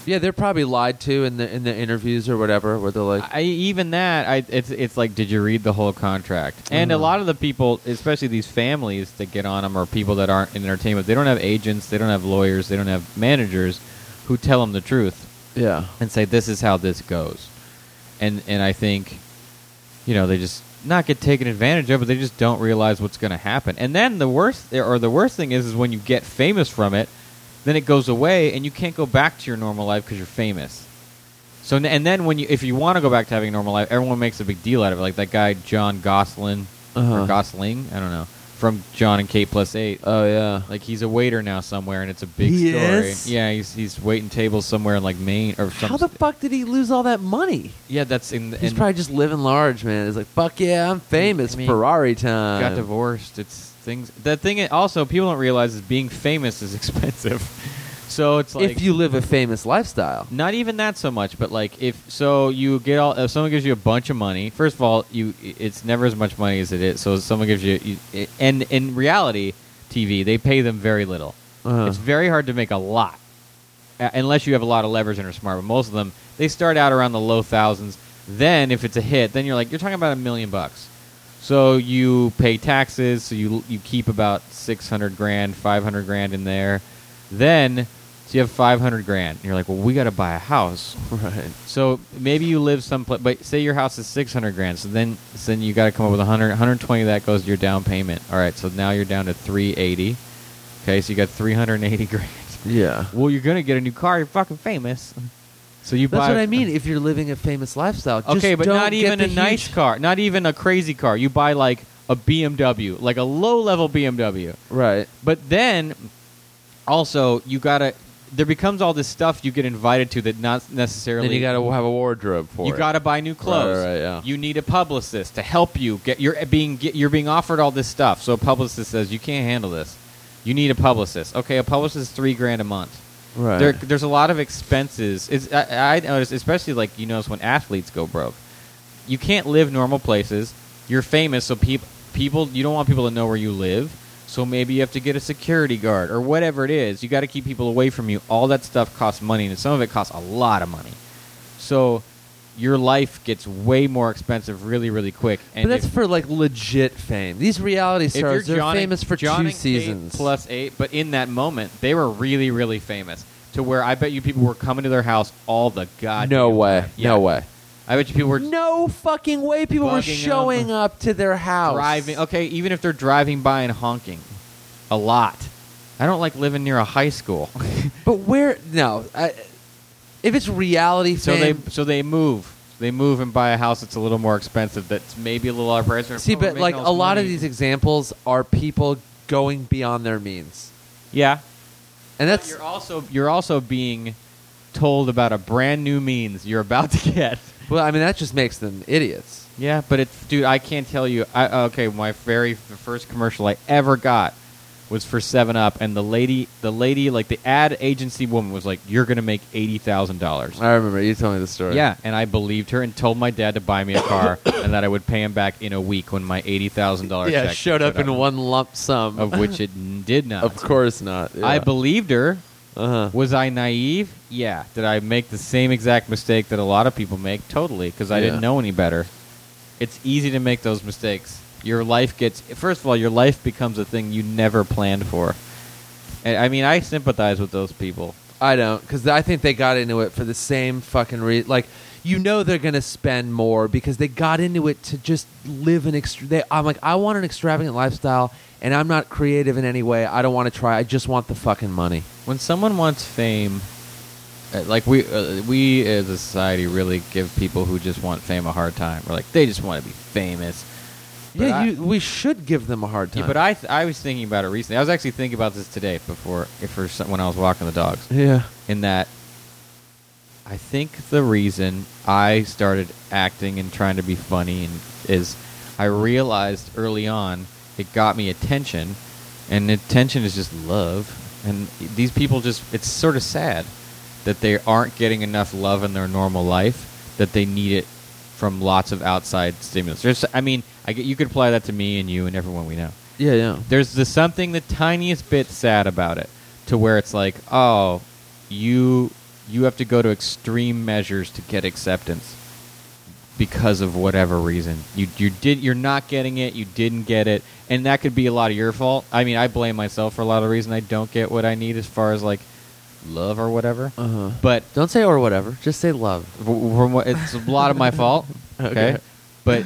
Speaker 1: Yeah, they're probably lied to in the in the interviews or whatever, where they're like,
Speaker 2: I, even that, I. It's. It's like, did you read the whole contract? And a
Speaker 1: Mhm.
Speaker 2: lot of the people, especially these families that get on them, are people that aren't in entertainment. They don't have agents. They don't have lawyers. They don't have managers, who tell them the truth
Speaker 1: yeah,
Speaker 2: and say this is how this goes. And and I think, you know, they just not get taken advantage of, but they just don't realize what's going to happen. And then the worst, or the worst thing is, is when you get famous from it, then it goes away, and you can't go back to your normal life because you're famous. So n- and then when you, if you want to go back to having a normal life, everyone makes a big deal out of it. Like that guy John Goslin
Speaker 1: Uh-huh.
Speaker 2: or Gosling, I don't know, from John and Kate Plus Eight.
Speaker 1: Oh yeah.
Speaker 2: Like he's a waiter now somewhere, and it's a big
Speaker 1: He
Speaker 2: story.
Speaker 1: is?
Speaker 2: Yeah, he's he's waiting tables somewhere in like Maine or some
Speaker 1: How the fuck did he lose all that money?
Speaker 2: yeah, that's in.
Speaker 1: He's
Speaker 2: in
Speaker 1: probably just living large, man. He's like, fuck yeah, I'm famous.
Speaker 2: I mean,
Speaker 1: Ferrari time.
Speaker 2: got divorced. It's things. The thing i- also people don't realize is being famous is <laughs> expensive. so it's like
Speaker 1: if you live a famous lifestyle.
Speaker 2: not even that so much, but like if so you get all if someone gives you a bunch of money. First of all, you it's never as much money as it is. So someone gives you, you and in reality TV they pay them very little.
Speaker 1: Uh-huh.
Speaker 2: <laughs> It's very hard to make a lot uh, unless you have a lot of leverage and are smart. But most of them, they start out around the low thousands. Then, if it's a hit, then you're like you're talking about a million bucks. So you pay taxes. So you you keep about six hundred grand, five hundred grand in there. Then, so you have five hundred grand. And you're like, well, we got to buy a house.
Speaker 1: Uh, Right.
Speaker 2: So maybe you live someplace, but say your house is six hundred grand. So then, so then you got to come up with 100, 120 of that goes to your down payment. All right, so now you're down to three eighty. Okay, so you got three hundred and eighty <laughs> grand.
Speaker 1: Yeah.
Speaker 2: Well, you're gonna get a new car. You're fucking famous. So you
Speaker 1: That's
Speaker 2: buy.
Speaker 1: what I mean. If you're living a famous lifestyle, just
Speaker 2: Okay, but
Speaker 1: don't
Speaker 2: not
Speaker 1: get
Speaker 2: even
Speaker 1: the
Speaker 2: a nice
Speaker 1: huge-
Speaker 2: car. Not even a crazy car. You buy like a BMW, like a low-level BMW.
Speaker 1: Right.
Speaker 2: But then, also, you gotta. There becomes all this stuff you get invited to that not necessarily.
Speaker 1: Then you got to have a wardrobe for
Speaker 2: You
Speaker 1: it.
Speaker 2: got to buy new clothes.
Speaker 1: Right, right, yeah.
Speaker 2: You need a publicist to help you get. You're being get, you're being offered all this stuff. So a publicist says you can't handle this. You need a publicist. Okay, a publicist is three grand a month.
Speaker 1: Right.
Speaker 2: There, there's a lot of expenses. It's, I, I notice, especially like you notice when athletes go broke. You can't live normal places. You're famous, so people people you don't want people to know where you live. So maybe you have to get a security guard or whatever it is. You got to keep people away from you. All that stuff costs money, and some of it costs a lot of money. So your life gets way more expensive really, really quick. And
Speaker 1: but that's
Speaker 2: if,
Speaker 1: for like legit fame. These reality
Speaker 2: if you're
Speaker 1: stars, they're
Speaker 2: John and-
Speaker 1: famous for
Speaker 2: John
Speaker 1: two
Speaker 2: and Kate
Speaker 1: seasons.
Speaker 2: plus eight. But in that moment, they were really, really famous to where I bet you people were coming to their house all the goddamn
Speaker 1: no way.
Speaker 2: time. Yeah.
Speaker 1: No way.
Speaker 2: I bet you people were
Speaker 1: No fucking way. People were
Speaker 2: Bugging 'em.
Speaker 1: showing up to their house.
Speaker 2: driving. Okay, even if they're driving by and honking, a lot. I don't like living near a high school,
Speaker 1: <laughs>
Speaker 2: <laughs>
Speaker 1: But where? No. I, if it's reality
Speaker 2: so they
Speaker 1: fame,
Speaker 2: so they move. They move and buy a house that's a little more expensive. That's maybe a little out of price. They're
Speaker 1: see,
Speaker 2: "Oh, we're
Speaker 1: but
Speaker 2: making
Speaker 1: like
Speaker 2: all
Speaker 1: a
Speaker 2: this
Speaker 1: lot of
Speaker 2: money."
Speaker 1: these examples are people going beyond their means,
Speaker 2: yeah,
Speaker 1: and
Speaker 2: But
Speaker 1: that's
Speaker 2: you're also you're also being told about a brand new means you're about to get.
Speaker 1: well. I mean, that just makes them idiots.
Speaker 2: Yeah, but it's dude, I can't tell you. I uh, okay, my very f- first commercial I ever got was for Seven Up, and the lady, the lady, like the ad agency woman was like, "You're gonna make eighty thousand dollars."
Speaker 1: I remember you told me the story.
Speaker 2: Yeah, and I believed her and told my dad to buy me
Speaker 1: <coughs>
Speaker 2: a car and that I would pay him back in a week when my eighty thousand dollars
Speaker 1: yeah.
Speaker 2: check
Speaker 1: Showed up in one lump sum.
Speaker 2: of which it n- did
Speaker 1: <laughs>
Speaker 2: not.
Speaker 1: Of course not.
Speaker 2: I believed her.
Speaker 1: Uh huh.
Speaker 2: Was I naive? Yeah. Did I make the same exact mistake that a lot of people make? Totally, because I
Speaker 1: Yeah.
Speaker 2: didn't know any better. It's easy to make those mistakes. Your life gets first of all, your life becomes a thing you never planned for. And, I mean, I sympathize with those people.
Speaker 1: I don't, because I think they got into it for the same fucking reason. Like, you know, they're gonna spend more because they got into it to just live an extra. They, I'm like, I want an extravagant lifestyle, and I'm not creative in any way. I don't want to try. I just want the fucking money.
Speaker 2: When someone wants fame, uh, like we uh, we as a society really give people who just want fame a hard time. We're like they just want to be famous. But
Speaker 1: yeah,
Speaker 2: I-
Speaker 1: you, we should give them a hard time.
Speaker 2: Yeah, but I th- I was thinking about it recently. I was actually thinking about this today before for some, when I was walking the dogs.
Speaker 1: yeah,
Speaker 2: in that I think the reason I started acting and trying to be funny and is I realized early on it got me attention, and attention is just love. And these people just, it's sort of sad that they aren't getting enough love in their normal life that they need it from lots of outside stimulus. There's, I mean, I get, you could apply that to me and you and everyone we know
Speaker 1: yeah, yeah.
Speaker 2: there's the something the tiniest bit sad about it to where it's like oh you you have to go to extreme measures to get acceptance because of whatever reason you you did you're not getting it you didn't get it and that could be a lot of your fault i mean i blame myself for a lot of the reason i don't get what i need as far as like love or whatever
Speaker 1: Uh huh.
Speaker 2: but
Speaker 1: Don't say or whatever. Just say love.
Speaker 2: v- from what it's a lot of my fault okay,
Speaker 1: Okay.
Speaker 2: but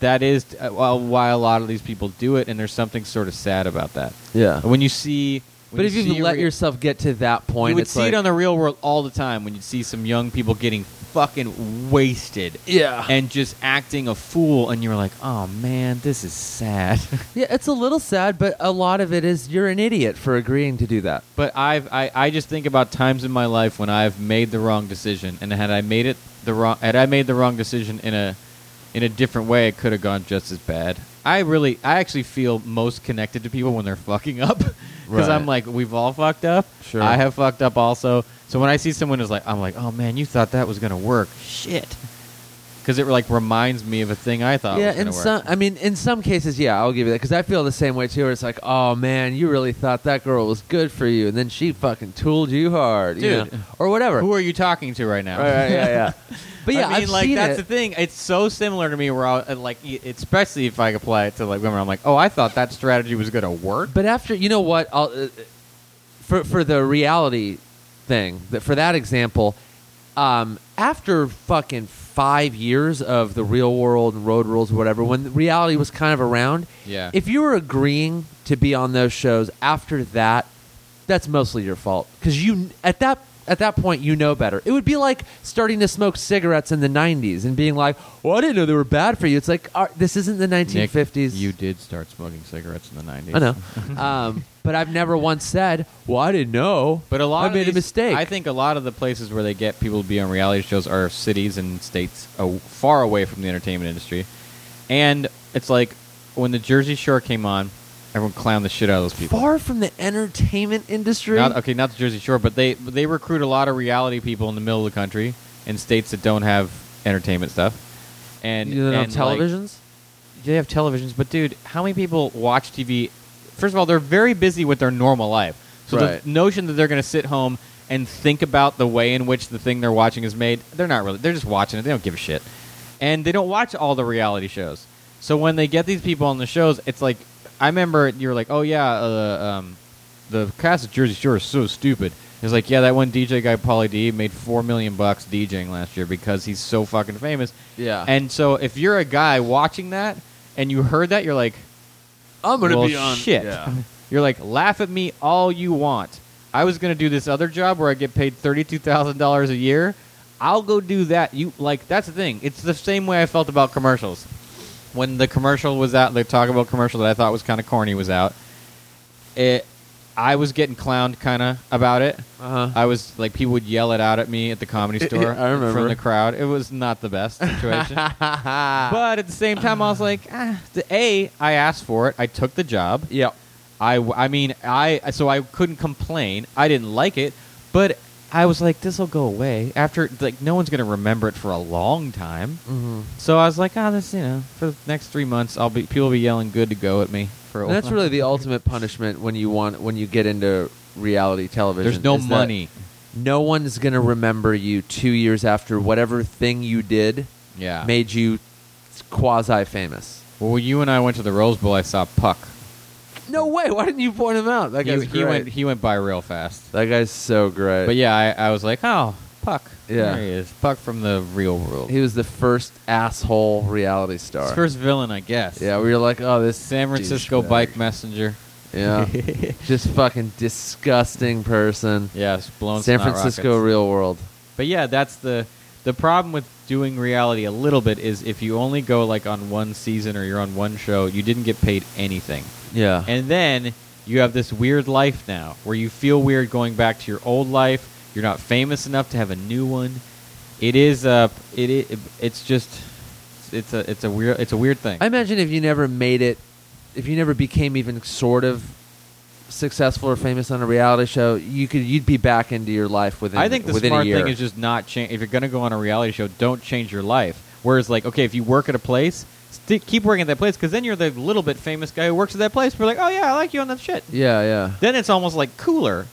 Speaker 2: that is uh, well, why a lot of these people do it, and there's something sort of sad about that.
Speaker 1: Yeah.
Speaker 2: When you see, when
Speaker 1: But if you
Speaker 2: see
Speaker 1: let
Speaker 2: re-
Speaker 1: yourself get to that point,
Speaker 2: you would
Speaker 1: it's
Speaker 2: see
Speaker 1: like,
Speaker 2: it on the real world all the time when you see some young people getting fucking wasted
Speaker 1: yeah,
Speaker 2: and just acting a fool, and you're like, oh man, this is sad. <laughs>
Speaker 1: yeah. It's a little sad, but a lot of it is you're an idiot for agreeing to do that.
Speaker 2: But I've I, I just think about times in my life when I've made the wrong decision, and had I made it the wrong had I made the wrong decision in a in a different way, it could have gone just as bad. I really I actually feel most connected to people when they're <laughs> fucking up because
Speaker 1: Right.
Speaker 2: I'm like we've all fucked up.
Speaker 1: Sure.
Speaker 2: I have fucked up also. So when I see someone who's like I'm like oh man you thought that was gonna work shit because it like reminds me of a thing I thought
Speaker 1: yeah,
Speaker 2: was gonna
Speaker 1: in
Speaker 2: work.
Speaker 1: some, I mean, in some cases, yeah, I'll give you that because I feel the same way too. Where it's like, oh man, you really thought that girl was good for you, and then she fucking tooled you hard, you
Speaker 2: Dude.
Speaker 1: know, or whatever.
Speaker 2: Who are you talking to right now?
Speaker 1: Right, right,
Speaker 2: <laughs>
Speaker 1: yeah, yeah. But yeah,
Speaker 2: I mean,
Speaker 1: have
Speaker 2: like
Speaker 1: seen
Speaker 2: that's
Speaker 1: it.
Speaker 2: the thing. It's so similar to me. Where I like, y- especially if I apply it to like women, I'm like, oh, I thought that strategy was gonna work.
Speaker 1: But after you know what, I'll, uh, for for the reality thing, that for that example, um, after fucking five years of the real world and road rules, or whatever, when reality was kind of around,
Speaker 2: Yeah.
Speaker 1: if you were agreeing to be on those shows after that, that's mostly your fault because you at that. At that point, you know better. It would be like starting to smoke cigarettes in the '90s and being like, "Well, I didn't know they were bad for you." It's like, uh, this isn't the 1950s.
Speaker 2: you did start smoking cigarettes in the '90s. <laughs>
Speaker 1: I know. Um, but I've never once said, "Well, I didn't know."
Speaker 2: But a lot
Speaker 1: I
Speaker 2: of
Speaker 1: made
Speaker 2: these-
Speaker 1: a mistake.
Speaker 2: I think a lot of the places where they get people to be on reality shows are cities and states uh, far away from the entertainment industry. And it's like when the Jersey Shore came on, everyone clowned the shit out of those people.
Speaker 1: far from the entertainment industry.
Speaker 2: Not, okay, not the Jersey Shore, but they they recruit a lot of reality people in the middle of the country in states that don't have entertainment stuff. And
Speaker 1: you know,
Speaker 2: and, like,
Speaker 1: televisions.
Speaker 2: they have televisions, but dude, how many people watch TV? First of all, they're very busy with their normal life, so
Speaker 1: Right.
Speaker 2: the notion that they're going to sit home and think about the way in which the thing they're watching is made, they're not really. They're just watching it. They don't give a shit, and they don't watch all the reality shows. So when they get these people on the shows, it's like I remember you were like, "Oh yeah, uh, um, the cast of Jersey Shore is so stupid." It's like, yeah, that one DJ guy, Pauly D, made four million bucks DJing last year because he's so fucking famous.
Speaker 1: Yeah.
Speaker 2: And so if you're a guy watching that and you heard that, you're like,
Speaker 1: I'm
Speaker 2: well, shit. <laughs>
Speaker 1: <laughs>
Speaker 2: You're like, laugh at me all you want. I was gonna do this other job where I get paid thirty-two thousand dollars a year. I'll go do that. You like that's the thing. It's the same way I felt about commercials. When the commercial was out, the Taco Bell commercial that I thought was kind of corny was out. It, I was getting clowned kind of about it.
Speaker 1: Uh-huh.
Speaker 2: I was like, people would yell it out at me at the comedy store
Speaker 1: I remember.
Speaker 2: from the crowd. It was not the
Speaker 1: <laughs>
Speaker 2: best situation. <laughs> But at the same time, I was like, ah, the A, I asked for it. I took the job.
Speaker 1: yeah.
Speaker 2: I, I mean, I, so I couldn't complain. I didn't like it, but I was like, this will go away. After, like, no one's going to remember it for a long time.
Speaker 1: Mm-hmm.
Speaker 2: So I was like, ah, this, you know, for the next three months, I'll be, people will be yelling good to go at me for a
Speaker 1: And
Speaker 2: while.
Speaker 1: that's really the ultimate punishment when you want when you get into reality television.
Speaker 2: There's no
Speaker 1: is that
Speaker 2: money.
Speaker 1: No one's gonna remember you two years after whatever thing you did
Speaker 2: Yeah.
Speaker 1: made you quasi famous.
Speaker 2: Well, when you and I went to the Rose Bowl, I saw Puck.
Speaker 1: No way! Why didn't you point him out? That
Speaker 2: He,
Speaker 1: guy's
Speaker 2: he
Speaker 1: great.
Speaker 2: went, he went by real fast.
Speaker 1: That guy's so great.
Speaker 2: But yeah, I, I was like, oh, Puck.
Speaker 1: Yeah.
Speaker 2: There he is. Puck from the real world.
Speaker 1: He was the first asshole reality star.
Speaker 2: His first villain, I guess.
Speaker 1: yeah, we were like, oh, this
Speaker 2: San Francisco
Speaker 1: douchebag.
Speaker 2: bike messenger. <laughs>
Speaker 1: Yeah, just fucking disgusting person.
Speaker 2: Yes, blown
Speaker 1: San
Speaker 2: snot
Speaker 1: Francisco
Speaker 2: rockets.
Speaker 1: real world.
Speaker 2: But yeah, that's the the problem with doing reality a little bit is if you only go like on one season or you're on one show, you didn't get paid anything.
Speaker 1: Yeah,
Speaker 2: And then you have this weird life now where you feel weird going back to your old life. You're not famous enough to have a new one. It is uh it, it it's just it's a it's a weird it's a weird thing.
Speaker 1: I imagine if you never made it, if you never became even sort of successful or famous on a reality show, you could you'd be back into your life within.
Speaker 2: I think the
Speaker 1: within
Speaker 2: smart
Speaker 1: a year.
Speaker 2: thing is just not change. If you're going to go on a reality show, don't change your life. Whereas, like, okay, if you work at a place, sti keep working at that place because then you're the little bit famous guy who works at that place. We're like, oh yeah, I like you on that shit.
Speaker 1: yeah, yeah.
Speaker 2: Then it's almost like cooler.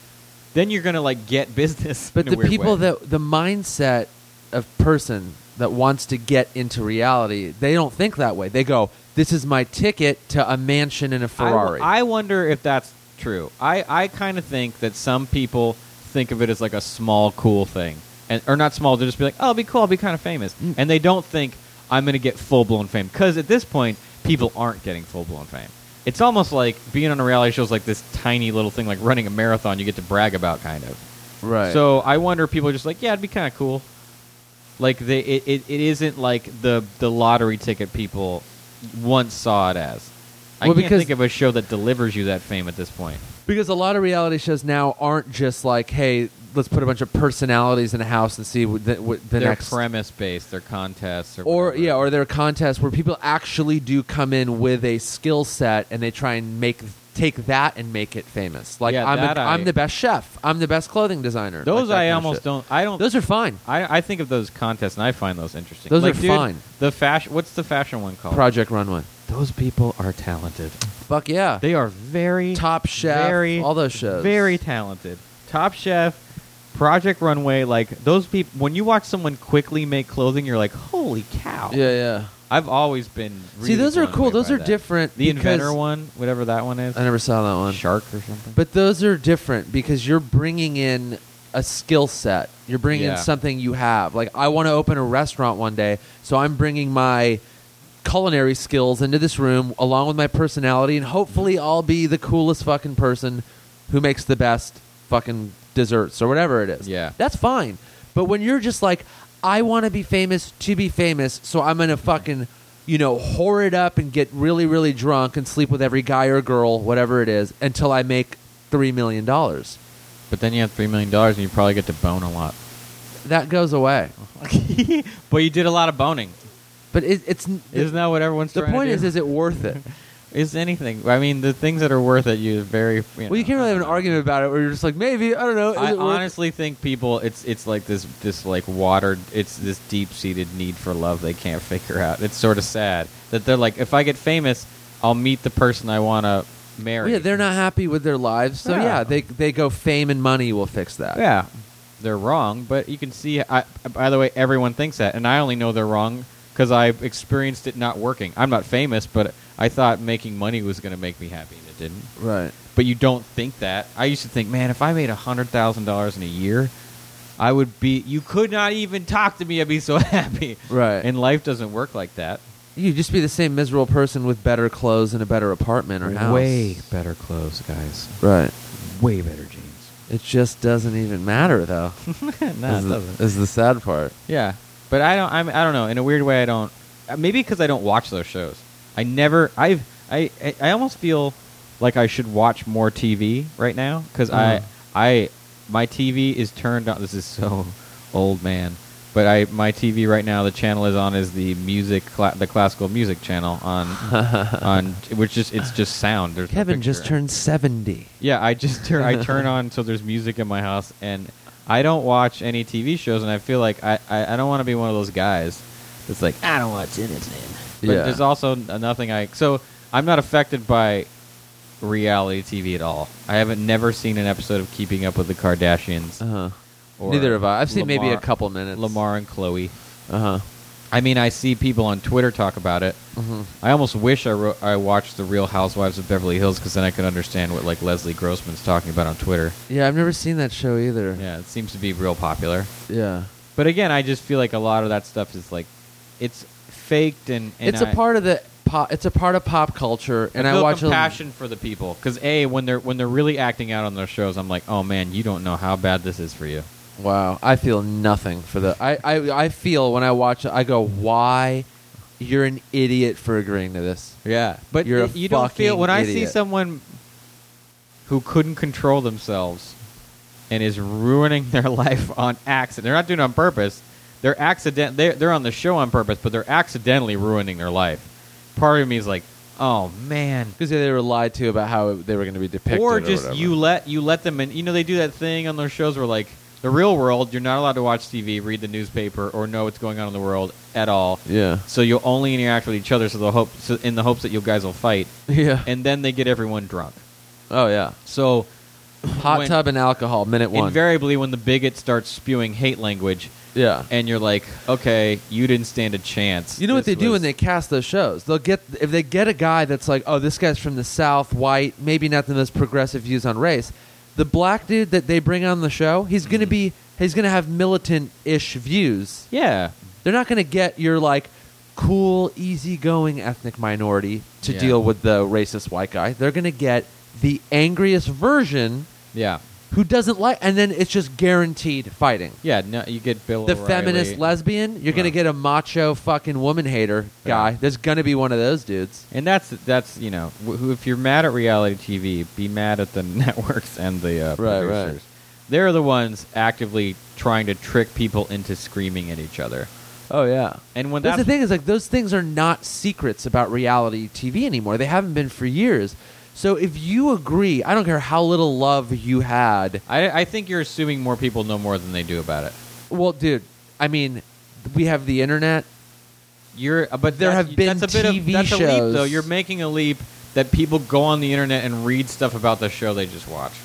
Speaker 2: Then you're gonna like get <laughs> business.
Speaker 1: But
Speaker 2: in a
Speaker 1: the
Speaker 2: weird
Speaker 1: people
Speaker 2: way.
Speaker 1: that the mindset of person that wants to get into reality, they don't think that way. They go, "This is my ticket to a mansion and a
Speaker 2: I w-
Speaker 1: Ferrari."
Speaker 2: I, wonder if that's true. I, I kind of think that some people think of it as like a small, cool thing. And, or not small, they'll just be like, oh, it'll be cool, I'll be kind of famous. And they don't think, I'm going to get full blown fame. Because at this point, people aren't getting full blown fame. It's almost like being on a reality show is like this tiny little thing, like running a marathon. You get to brag about, kind of.
Speaker 1: Right.
Speaker 2: So I wonder if people are just like, yeah, it'd be kind of cool. Like they, it, it, it isn't like the the lottery ticket people once saw it as. I
Speaker 1: Well,
Speaker 2: can't
Speaker 1: because-
Speaker 2: think of a show that delivers you that fame at this point.
Speaker 1: Because a lot of reality shows now aren't just like, hey, let's put a bunch of personalities in a house and see what the, what the
Speaker 2: their
Speaker 1: next.
Speaker 2: premise based, their contests, or,
Speaker 1: or
Speaker 2: whatever.
Speaker 1: yeah, or there are contests where people actually do come in with a skill set and they try and make take that and make it famous. Like
Speaker 2: Yeah,
Speaker 1: I'm,
Speaker 2: that
Speaker 1: a,
Speaker 2: I-
Speaker 1: am the best chef. I'm the best clothing designer.
Speaker 2: those
Speaker 1: Like that
Speaker 2: I
Speaker 1: kind of
Speaker 2: almost
Speaker 1: shit.
Speaker 2: don't. I don't.
Speaker 1: Those are fine.
Speaker 2: I, I think of those contests and I find those interesting.
Speaker 1: Those
Speaker 2: Like,
Speaker 1: are
Speaker 2: dude,
Speaker 1: fine.
Speaker 2: The fashion. What's the fashion one called?
Speaker 1: Project Runway.
Speaker 2: Those people are talented.
Speaker 1: Fuck yeah.
Speaker 2: They are very
Speaker 1: Top Chef,
Speaker 2: very,
Speaker 1: all those shows.
Speaker 2: Very talented. Top Chef, Project Runway, like those people. When you watch someone quickly make clothing, you're like, holy cow!
Speaker 1: yeah, yeah.
Speaker 2: I've always been. Really
Speaker 1: See, those are
Speaker 2: blown
Speaker 1: cool.
Speaker 2: away
Speaker 1: Those
Speaker 2: by
Speaker 1: are
Speaker 2: that.
Speaker 1: different.
Speaker 2: The
Speaker 1: because-
Speaker 2: inventor one, whatever that one is,
Speaker 1: I never saw that one.
Speaker 2: shark or something.
Speaker 1: But those are different because you're bringing in a skill set. You're bringing
Speaker 2: Yeah.
Speaker 1: in something you have. Like I want to open a restaurant one day, so I'm bringing my culinary skills into this room along with my personality and hopefully I'll be the coolest fucking person who makes the best fucking desserts or whatever it is.
Speaker 2: Yeah.
Speaker 1: That's fine. But when you're just like I want to be famous to be famous, so I'm going to fucking you know, whore it up and get really, really drunk and sleep with every guy or girl, whatever it is, until I make $3 million.
Speaker 2: But then you have three million dollars, and you probably get to bone a lot.
Speaker 1: That goes away.
Speaker 2: <laughs> but you did a lot of boning.
Speaker 1: But it, it's. n-
Speaker 2: Isn't that what everyone's
Speaker 1: the
Speaker 2: trying
Speaker 1: point
Speaker 2: to
Speaker 1: is,
Speaker 2: do?
Speaker 1: is it worth
Speaker 2: <laughs>
Speaker 1: it?
Speaker 2: is anything? I mean, the things that are worth it, you very. You
Speaker 1: well, you
Speaker 2: know,
Speaker 1: can't really
Speaker 2: I
Speaker 1: have an
Speaker 2: don't know.
Speaker 1: argument about it where you're just like, maybe, I don't know. Uh, Is
Speaker 2: I
Speaker 1: it worth
Speaker 2: honestly think people it's it's like this this like watered it's this deep seated need for love they can't <laughs> figure out. It's sort of sad that they're like if I get famous, I'll meet the person I want to
Speaker 1: Well,
Speaker 2: marry.
Speaker 1: yeah, they're not happy with their lives. So, yeah.
Speaker 2: Yeah.
Speaker 1: they, they go fame and money will fix that.
Speaker 2: Yeah, they're wrong. But you can see. I, by the way, everyone thinks that, and I only know they're wrong because I experienced it not working. I'm not famous, but I thought making money was going to make me happy, and it didn't.
Speaker 1: Right.
Speaker 2: But you don't think that. I used to think, man, if I made hundred thousand dollars in a year, I would be. You could not even talk to me. I'd be so <laughs> happy.
Speaker 1: Right.
Speaker 2: And life doesn't work like that.
Speaker 1: You just be the same miserable person with better clothes and a better apartment or house.
Speaker 2: Way better clothes, guys.
Speaker 1: Right.
Speaker 2: Way better jeans.
Speaker 1: It just doesn't even matter, <laughs> though.
Speaker 2: no, it
Speaker 1: is the-
Speaker 2: doesn't.
Speaker 1: is the sad part.
Speaker 2: Yeah, but I don't. I'm, I don't know. In a weird way, I don't. uh, Maybe because I don't watch those shows. I never. I've. I. I, I almost feel like I should watch more TV right now because
Speaker 1: Mhm.
Speaker 2: I. I. My TV is turned on. <laughs> This is so old, man. But I. My TV right now. The channel is on is the music. Cla- the classical music channel
Speaker 1: <laughs>
Speaker 2: on. on which just it's just sound. There's no
Speaker 1: Kevin just
Speaker 2: picture.
Speaker 1: turned 70.
Speaker 2: Yeah, I just turn I turn on so there's music in my house, and I don't watch any TV shows, and I feel like I I, I don't want to be one of those guys that's like I don't watch anything. But
Speaker 1: Yeah.
Speaker 2: there's also n- nothing I so I'm not affected by reality TV at all. I haven't never seen an episode of Keeping Up with the Kardashians.
Speaker 1: Uh-huh.
Speaker 2: or
Speaker 1: Neither have I. I've seen maybe
Speaker 2: Lamar-
Speaker 1: a couple minutes.
Speaker 2: Lamar and Chloe.
Speaker 1: Uh-huh.
Speaker 2: I mean, I see people on Twitter talk about it. I almost wish I, wrote, I watched The Real Housewives of Beverly Hills because then I could understand what like Leslie Grossman's talking about on Twitter.
Speaker 1: Yeah, I've never seen that show either.
Speaker 2: Yeah, it seems to be real popular.
Speaker 1: Yeah.
Speaker 2: But again, I just feel like a lot of that stuff is like, it's faked and, and
Speaker 1: it's a
Speaker 2: I-
Speaker 1: part of the pop, it's a part of pop culture and
Speaker 2: I,
Speaker 1: I,
Speaker 2: feel
Speaker 1: watch
Speaker 2: compassion for the people because a when they're when they're really acting out on their shows, I'm like, oh man, you don't know how bad this is for you.
Speaker 1: a Wow, I feel nothing for the I, I I feel when I watch it I go why you're an idiot for agreeing to this.
Speaker 2: Yeah, but
Speaker 1: You're a
Speaker 2: y- you don't feel
Speaker 1: fucking
Speaker 2: when I see
Speaker 1: idiot.
Speaker 2: someone who couldn't control themselves and is ruining <laughs> their life on accident. They're not doing it on purpose. They're accident. They're, they're on the show on purpose, but they're accidentally ruining their life. Part of me is like, oh man.
Speaker 1: Because they were lied to about how they were going to be depicted
Speaker 2: or
Speaker 1: or
Speaker 2: just
Speaker 1: whatever.
Speaker 2: you let you let them in. You know they do that thing on those shows where like the real world, you're not allowed to watch TV, read the newspaper, or know what's going on in the world at all.
Speaker 1: Yeah.
Speaker 2: So you'll only interact with each other, so they'll hope so in the hopes that you guys will fight
Speaker 1: <laughs> Yeah.
Speaker 2: and then they get everyone drunk.
Speaker 1: oh yeah.
Speaker 2: So
Speaker 1: Hot
Speaker 2: when-
Speaker 1: tub and alcohol minute 1.
Speaker 2: invariably, when the bigot starts spewing hate language,
Speaker 1: yeah.
Speaker 2: and you're like, "Okay, you didn't stand a chance."
Speaker 1: You know what they
Speaker 2: This
Speaker 1: do
Speaker 2: was-
Speaker 1: when they cast those shows? They'll get if they get a guy that's like, oh, this guy's from the South, white, maybe not the most progressive views on race. The black dude that they bring on the show, he's
Speaker 2: Mm.
Speaker 1: gonna be he's gonna have militant ish views.
Speaker 2: yeah,
Speaker 1: They're not gonna get your like cool, easygoing ethnic minority to
Speaker 2: Yeah.
Speaker 1: deal with the racist white guy. They're going to get the angriest version
Speaker 2: Yeah.
Speaker 1: who doesn't like, and then it's just guaranteed fighting.
Speaker 2: Yeah, no, you get Bill
Speaker 1: the
Speaker 2: O'Reilly.
Speaker 1: feminist lesbian, you're going to get
Speaker 2: Right.
Speaker 1: a macho fucking woman hater guy.
Speaker 2: Yeah.
Speaker 1: There's going to be one of those dudes.
Speaker 2: And that's that's you know wh- who- if you're mad at reality TV, be mad at the <laughs> networks and the uh,
Speaker 1: Right, right.
Speaker 2: producers. They're the ones actively trying to trick people into screaming at each other.
Speaker 1: Oh yeah.
Speaker 2: And when
Speaker 1: that's
Speaker 2: that's
Speaker 1: the thing is like those things are not secrets about reality TV anymore. They haven't been for years. So if you agree, I don't care how little love you had.
Speaker 2: I, I think you're assuming more people know more than they do about it.
Speaker 1: Well, dude, I mean, we have the internet.
Speaker 2: You're, uh, but
Speaker 1: There
Speaker 2: that's-
Speaker 1: have been
Speaker 2: that's a bit
Speaker 1: TV
Speaker 2: of, that's A leap, though
Speaker 1: shows.
Speaker 2: you're making a leap that people go on the internet and read stuff about the show they just watched.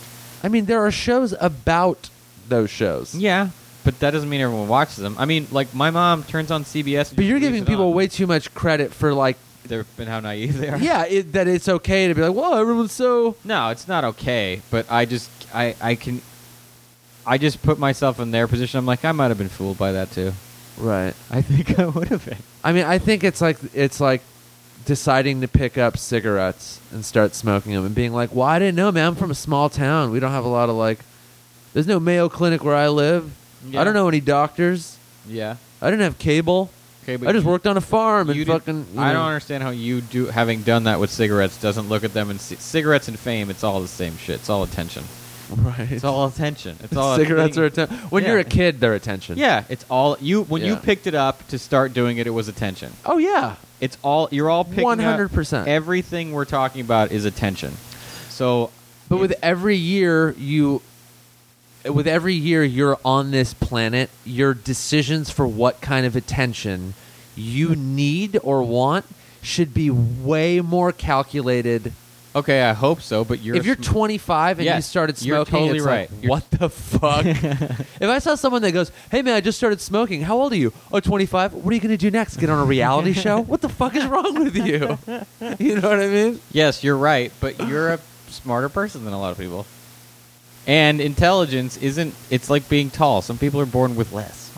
Speaker 1: I mean, there are shows about those shows.
Speaker 2: Yeah, but that doesn't mean everyone watches them. I mean, like my mom turns on CBS. and
Speaker 1: But
Speaker 2: just
Speaker 1: you're
Speaker 2: leaves
Speaker 1: giving
Speaker 2: it
Speaker 1: people
Speaker 2: on.
Speaker 1: way too much credit for like
Speaker 2: They've been how naive they are.
Speaker 1: yeah, it, that it's okay to be like, "Whoa, everyone's so
Speaker 2: No, it's not okay, but I just I I can I just put myself in their position. I'm like I might have been fooled by that too. <laughs>
Speaker 1: right."
Speaker 2: I think I would have been.
Speaker 1: I mean, I think it's like it's like deciding to pick up cigarettes and start smoking them and being like, "Well, I didn't know, man. I'm from a small town. We don't have a lot of like. There's no Mayo Clinic where I live.
Speaker 2: Yeah.
Speaker 1: I don't know any doctors.
Speaker 2: Yeah.
Speaker 1: I didn't have cable.
Speaker 2: Okay, but
Speaker 1: I just
Speaker 2: you-
Speaker 1: worked on a farm and
Speaker 2: you did-
Speaker 1: fucking. you
Speaker 2: I
Speaker 1: know.
Speaker 2: don't understand how you do having done that with cigarettes doesn't look at them and see, cigarettes and fame. It's all the same shit. It's all attention.
Speaker 1: <laughs> Right.
Speaker 2: It's all attention. It's all a
Speaker 1: cigarettes
Speaker 2: thing.
Speaker 1: are attention. When
Speaker 2: Yeah.
Speaker 1: you're a kid, they're attention.
Speaker 2: Yeah, it's all you when you
Speaker 1: Yeah.
Speaker 2: picked it up to start doing it. It was attention.
Speaker 1: Oh yeah.
Speaker 2: It's all you're all picking up-
Speaker 1: 100%.
Speaker 2: Everything we're talking about is attention. So,
Speaker 1: But with every year you with every year you're on this planet, your decisions for what kind of attention you need or want should be way more calculated.
Speaker 2: okay, I hope so. But you're
Speaker 1: if you're
Speaker 2: sm-
Speaker 1: 25 and you
Speaker 2: Yes,
Speaker 1: started smoking,
Speaker 2: you're totally
Speaker 1: it's like,
Speaker 2: right. You're-
Speaker 1: what the <laughs> fuck? if I saw someone that goes, "Hey man, I just started smoking. How old are you? Oh, 25. What are you going to do next? Get on a <laughs> reality show? What the fuck is wrong with you?" <laughs> You know what I mean?
Speaker 2: Yes, you're right, but you're a smarter person than a lot of people. And intelligence isn't it's like being tall. Some people are born with less.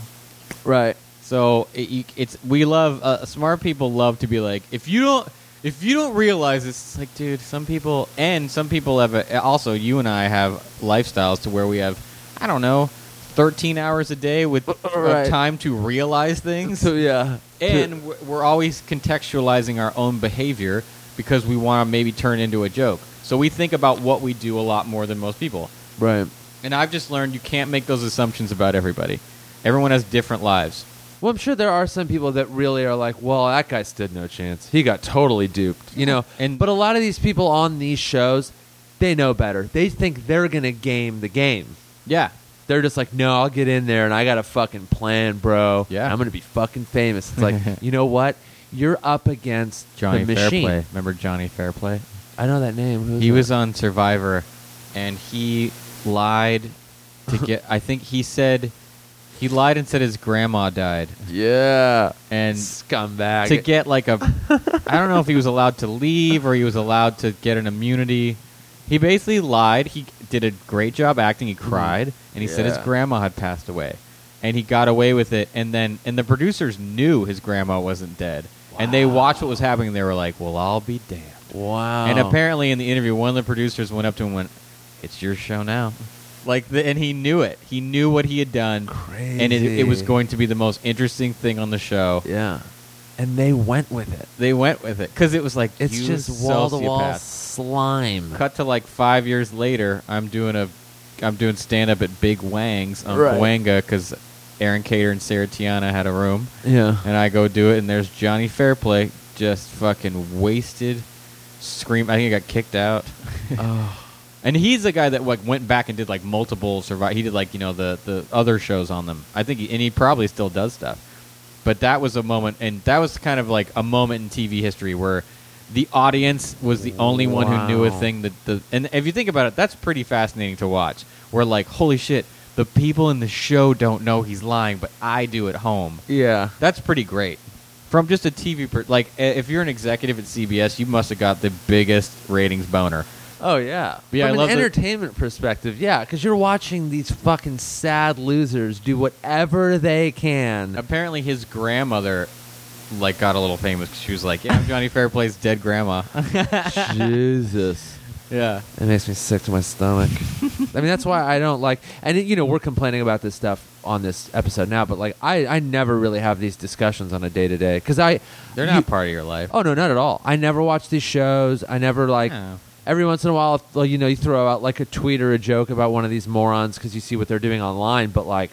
Speaker 1: Right.
Speaker 2: So it, you, it's we love uh, smart people love to be like if you don't if you don't realize this it's like dude some people and some people have a, also you and I have lifestyles to where we have I don't know 13 hours a day with uh,
Speaker 1: Right.
Speaker 2: time to realize things
Speaker 1: So yeah.
Speaker 2: and we're- we're always contextualizing our own behavior because we want to maybe turn into a joke. So we think about what we do a lot more than most people.
Speaker 1: right.
Speaker 2: And I've just learned you can't make those assumptions about everybody. Everyone has different lives.
Speaker 1: Well, I'm sure there are some people that really are like, well, that guy stood no chance. He got totally duped, you know.
Speaker 2: And-
Speaker 1: but a lot of these people on these shows, they know better. They think they're gonna game the game.
Speaker 2: Yeah.
Speaker 1: They're just like, no, I'll get in there and I got a fucking plan, bro.
Speaker 2: Yeah.
Speaker 1: I'm gonna be fucking famous. It's
Speaker 2: <laughs>
Speaker 1: like, you know what? You're up against
Speaker 2: Johnny
Speaker 1: the machine.
Speaker 2: Fairplay. Remember Johnny Fairplay?
Speaker 1: I know that name. Who
Speaker 2: He
Speaker 1: that?
Speaker 2: was on Survivor and he lied
Speaker 1: <laughs>
Speaker 2: to get I think he said he lied and said his grandma died
Speaker 1: yeah,
Speaker 2: and
Speaker 1: scumbag.
Speaker 2: to get like a I don't know if he was allowed to leave or he was allowed to get an immunity. He basically lied. He did a great job acting. He cried and he said his
Speaker 1: Mm-hmm. Yeah.
Speaker 2: grandma had passed away. And he got away with it and then and the producers knew his grandma wasn't dead. And they watched what was happening and they were like, "Well, I'll be damned."
Speaker 1: wow.
Speaker 2: And apparently in the interview one of the producers went up to him and went, "It's your show now." Like the, and he knew it. He knew what he had done. And it, it was
Speaker 1: Crazy.
Speaker 2: going to be the most interesting thing on the show
Speaker 1: yeah, and they went with it.
Speaker 2: they went with it because it was like
Speaker 1: It's
Speaker 2: you
Speaker 1: just wall to wall
Speaker 2: sociopath.
Speaker 1: slime.
Speaker 2: Cut to like five years later, I'm doing a, I'm doing stand up at Big Wang's on
Speaker 1: Right.
Speaker 2: Boanga because Aaron Cater and Sarah Tiana had a room,
Speaker 1: Yeah.
Speaker 2: and I go do it, and there's Johnny Fairplay just fucking wasted, scream. I think I got kicked out.
Speaker 1: <laughs>
Speaker 2: <laughs>
Speaker 1: oh,
Speaker 2: And he's the guy that like went back and did like multiple survive. He did like you know the the other shows on them. I think, he, and he probably still does stuff. But that was a moment, and that was kind of like a moment in TV history where the audience was the only one who knew a
Speaker 1: Wow.
Speaker 2: thing that the. And if you think about it, that's pretty fascinating to watch. We're like, holy shit, the people in the show don't know he's lying, but I do at home.
Speaker 1: yeah.
Speaker 2: That's pretty great. From just a TV, per- like i- if you're an executive at CBS, you must have got the biggest ratings boner.
Speaker 1: Oh yeah.
Speaker 2: Yeah, I
Speaker 1: From
Speaker 2: love
Speaker 1: an
Speaker 2: the-
Speaker 1: entertainment perspective, yeah, because you're watching these fucking sad losers do whatever they can.
Speaker 2: apparently his grandmother like got a little famous 'cause she was like, "Yeah, I'm Johnny Fairplay's dead grandma." <laughs>
Speaker 1: <laughs> Jesus.
Speaker 2: yeah.
Speaker 1: It makes me sick to my stomach. I mean, that's why I don't like. And you know, we're complaining about this stuff on this episode now, but like, I I never really have these discussions on a day to day because I
Speaker 2: They're not
Speaker 1: you-
Speaker 2: part of your life.
Speaker 1: Oh no, not at all. I never watch these shows. I never like.
Speaker 2: No.
Speaker 1: Every once in a while, like, you know, you throw out like a tweet or a joke about one of these morons because you see what they're doing online. But like,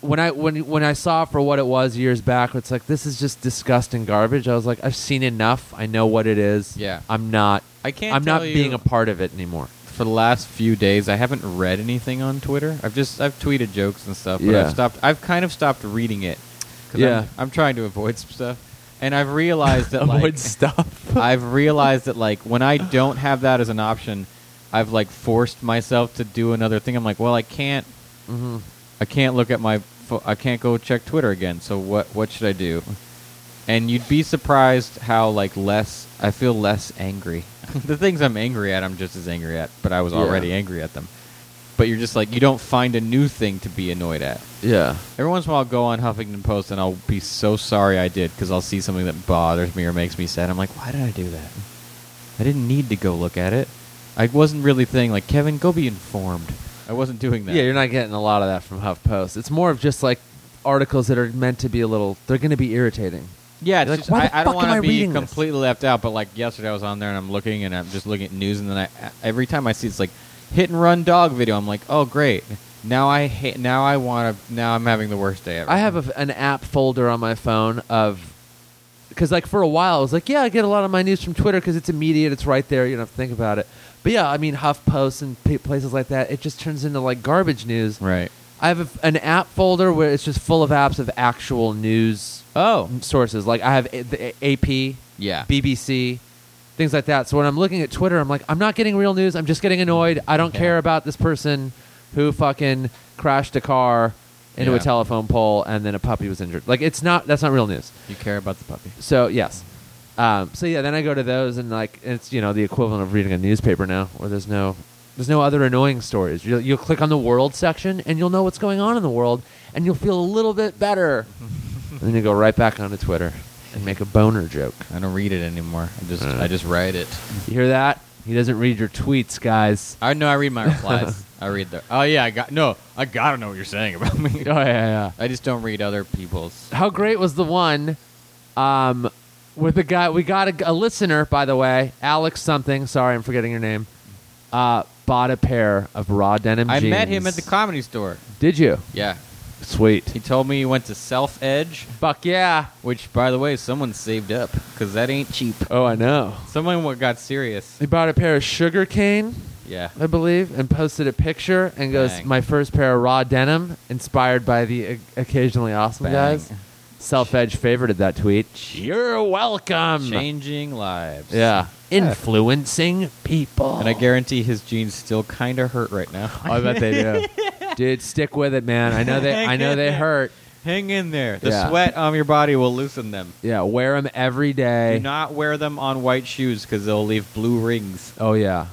Speaker 1: when I when when I saw it for what it was years back, it's like this is just disgusting garbage. I was like, I've seen enough. I know what it is.
Speaker 2: Yeah.
Speaker 1: I'm not.
Speaker 2: I can't.
Speaker 1: I'm not
Speaker 2: tell
Speaker 1: being
Speaker 2: you-
Speaker 1: a part of it anymore.
Speaker 2: for the last few days I haven't read anything on Twitter. I've just I've tweeted jokes and stuff, but
Speaker 1: Yeah.
Speaker 2: I've stopped. I've kind of stopped reading it. 'Cause
Speaker 1: Yeah.
Speaker 2: I'm, I'm trying to avoid some stuff, and I've
Speaker 1: <laughs>
Speaker 2: realized <laughs> that like
Speaker 1: stuff.
Speaker 2: <laughs> I've realized that like when I don't have that as an option, I've like forced myself to do another thing. I'm like, well, I can't.
Speaker 1: hmm
Speaker 2: I can't look at my. Fo- I can't go check Twitter again. So what? What should I do? And you'd be surprised how like less. I feel less angry. <laughs> the things I'm angry at, I'm just as angry at. But I was
Speaker 1: Yeah.
Speaker 2: already angry at them. But you're just like you don't find a new thing to be annoyed at.
Speaker 1: <laughs> Yeah.
Speaker 2: Every once in a while, I'll go on Huffington Post and I'll be so sorry I did because I'll see something that bothers me or makes me sad. I'm like, why did I do that? I didn't need to go look at it. I wasn't really thinking like Kevin, go be informed. I wasn't doing that.
Speaker 1: Yeah, you're not getting a lot of that from HuffPost. It's more of just like articles that are meant to be a little. They're going to be irritating.
Speaker 2: Yeah, it's
Speaker 1: You're like,
Speaker 2: just,
Speaker 1: "Why
Speaker 2: I,
Speaker 1: the
Speaker 2: I don't
Speaker 1: fuck am
Speaker 2: want
Speaker 1: I
Speaker 2: to be
Speaker 1: reading this?"
Speaker 2: completely left out. But like yesterday, I was on there and I'm looking and I'm just looking at news, and then I every time I see it's like hit and run dog video, I'm like, oh great, now I hate, now I want to, now I'm having the worst day ever.
Speaker 1: I have a, an app folder on my phone of because like for a while I was like, yeah, I get a lot of my news from Twitter because it's immediate, it's right there, you don't have to think about it. But yeah, I mean HuffPost and p- places like that, it just turns into like garbage news.
Speaker 2: right.
Speaker 1: I have a, an app folder where it's just full of apps of actual news
Speaker 2: Oh
Speaker 1: sources. Like I have a, the A- AP,
Speaker 2: yeah,
Speaker 1: BBC, things like that. So when I'm looking at Twitter, I'm like, I'm not getting real news. I'm just getting annoyed. I don't
Speaker 2: Yeah.
Speaker 1: care about this person who fucking crashed a car into a
Speaker 2: Yeah.
Speaker 1: telephone pole and then a puppy was injured. Like it's not that's not real news.
Speaker 2: you care about the puppy.
Speaker 1: So yes. Um, so yeah, then I go to those and like it's you know the equivalent of reading a newspaper now, where there's no there's no other annoying stories. You'll, you'll click on the world section and you'll know what's going on in the world, and you'll feel a little bit
Speaker 2: <laughs>
Speaker 1: better. and then you go right back onto Twitter and make a boner joke.
Speaker 2: I don't read it anymore. I just
Speaker 1: Uh.
Speaker 2: I just write it.
Speaker 1: You hear that? He doesn't read your tweets, guys.
Speaker 2: I know I read my <laughs> replies. I read the. Oh yeah, I got no. I gotta know what you're saying about <laughs> me.
Speaker 1: <laughs> Oh yeah, yeah.
Speaker 2: I just don't read other people's.
Speaker 1: How great was the one um, with the guy? We got a, a listener, by the way, Alex something. Sorry, I'm forgetting your name. Uh, bought a pair of raw denim
Speaker 2: I
Speaker 1: jeans.
Speaker 2: met him at the comedy store.
Speaker 1: Did you?
Speaker 2: Yeah,
Speaker 1: Sweet.
Speaker 2: he told me he went to Self Edge,
Speaker 1: Fuck yeah.
Speaker 2: which by the way, someone saved up because that ain't cheap.
Speaker 1: Oh, I know.
Speaker 2: Someone wa- got serious.
Speaker 1: He bought a pair of sugar cane,
Speaker 2: <laughs> Yeah,
Speaker 1: I believe, and posted a picture and goes,
Speaker 2: Bang.
Speaker 1: "My first pair of raw denim, inspired by the o- occasionally awesome
Speaker 2: Bang.
Speaker 1: guys." Self Edge favorited that tweet. You're welcome.
Speaker 2: changing lives.
Speaker 1: Yeah. Influencing people.
Speaker 2: and I guarantee his jeans still kind of hurt right <laughs> now.
Speaker 1: I bet they do. Dude, stick with it, man. I know they I know
Speaker 2: <laughs>
Speaker 1: they hurt.
Speaker 2: Hang in there. The
Speaker 1: Yeah.
Speaker 2: sweat on your body will loosen them.
Speaker 1: Yeah, wear them every
Speaker 2: Do
Speaker 1: day.
Speaker 2: not wear them on white shoes because they'll leave blue rings.
Speaker 1: Oh yeah.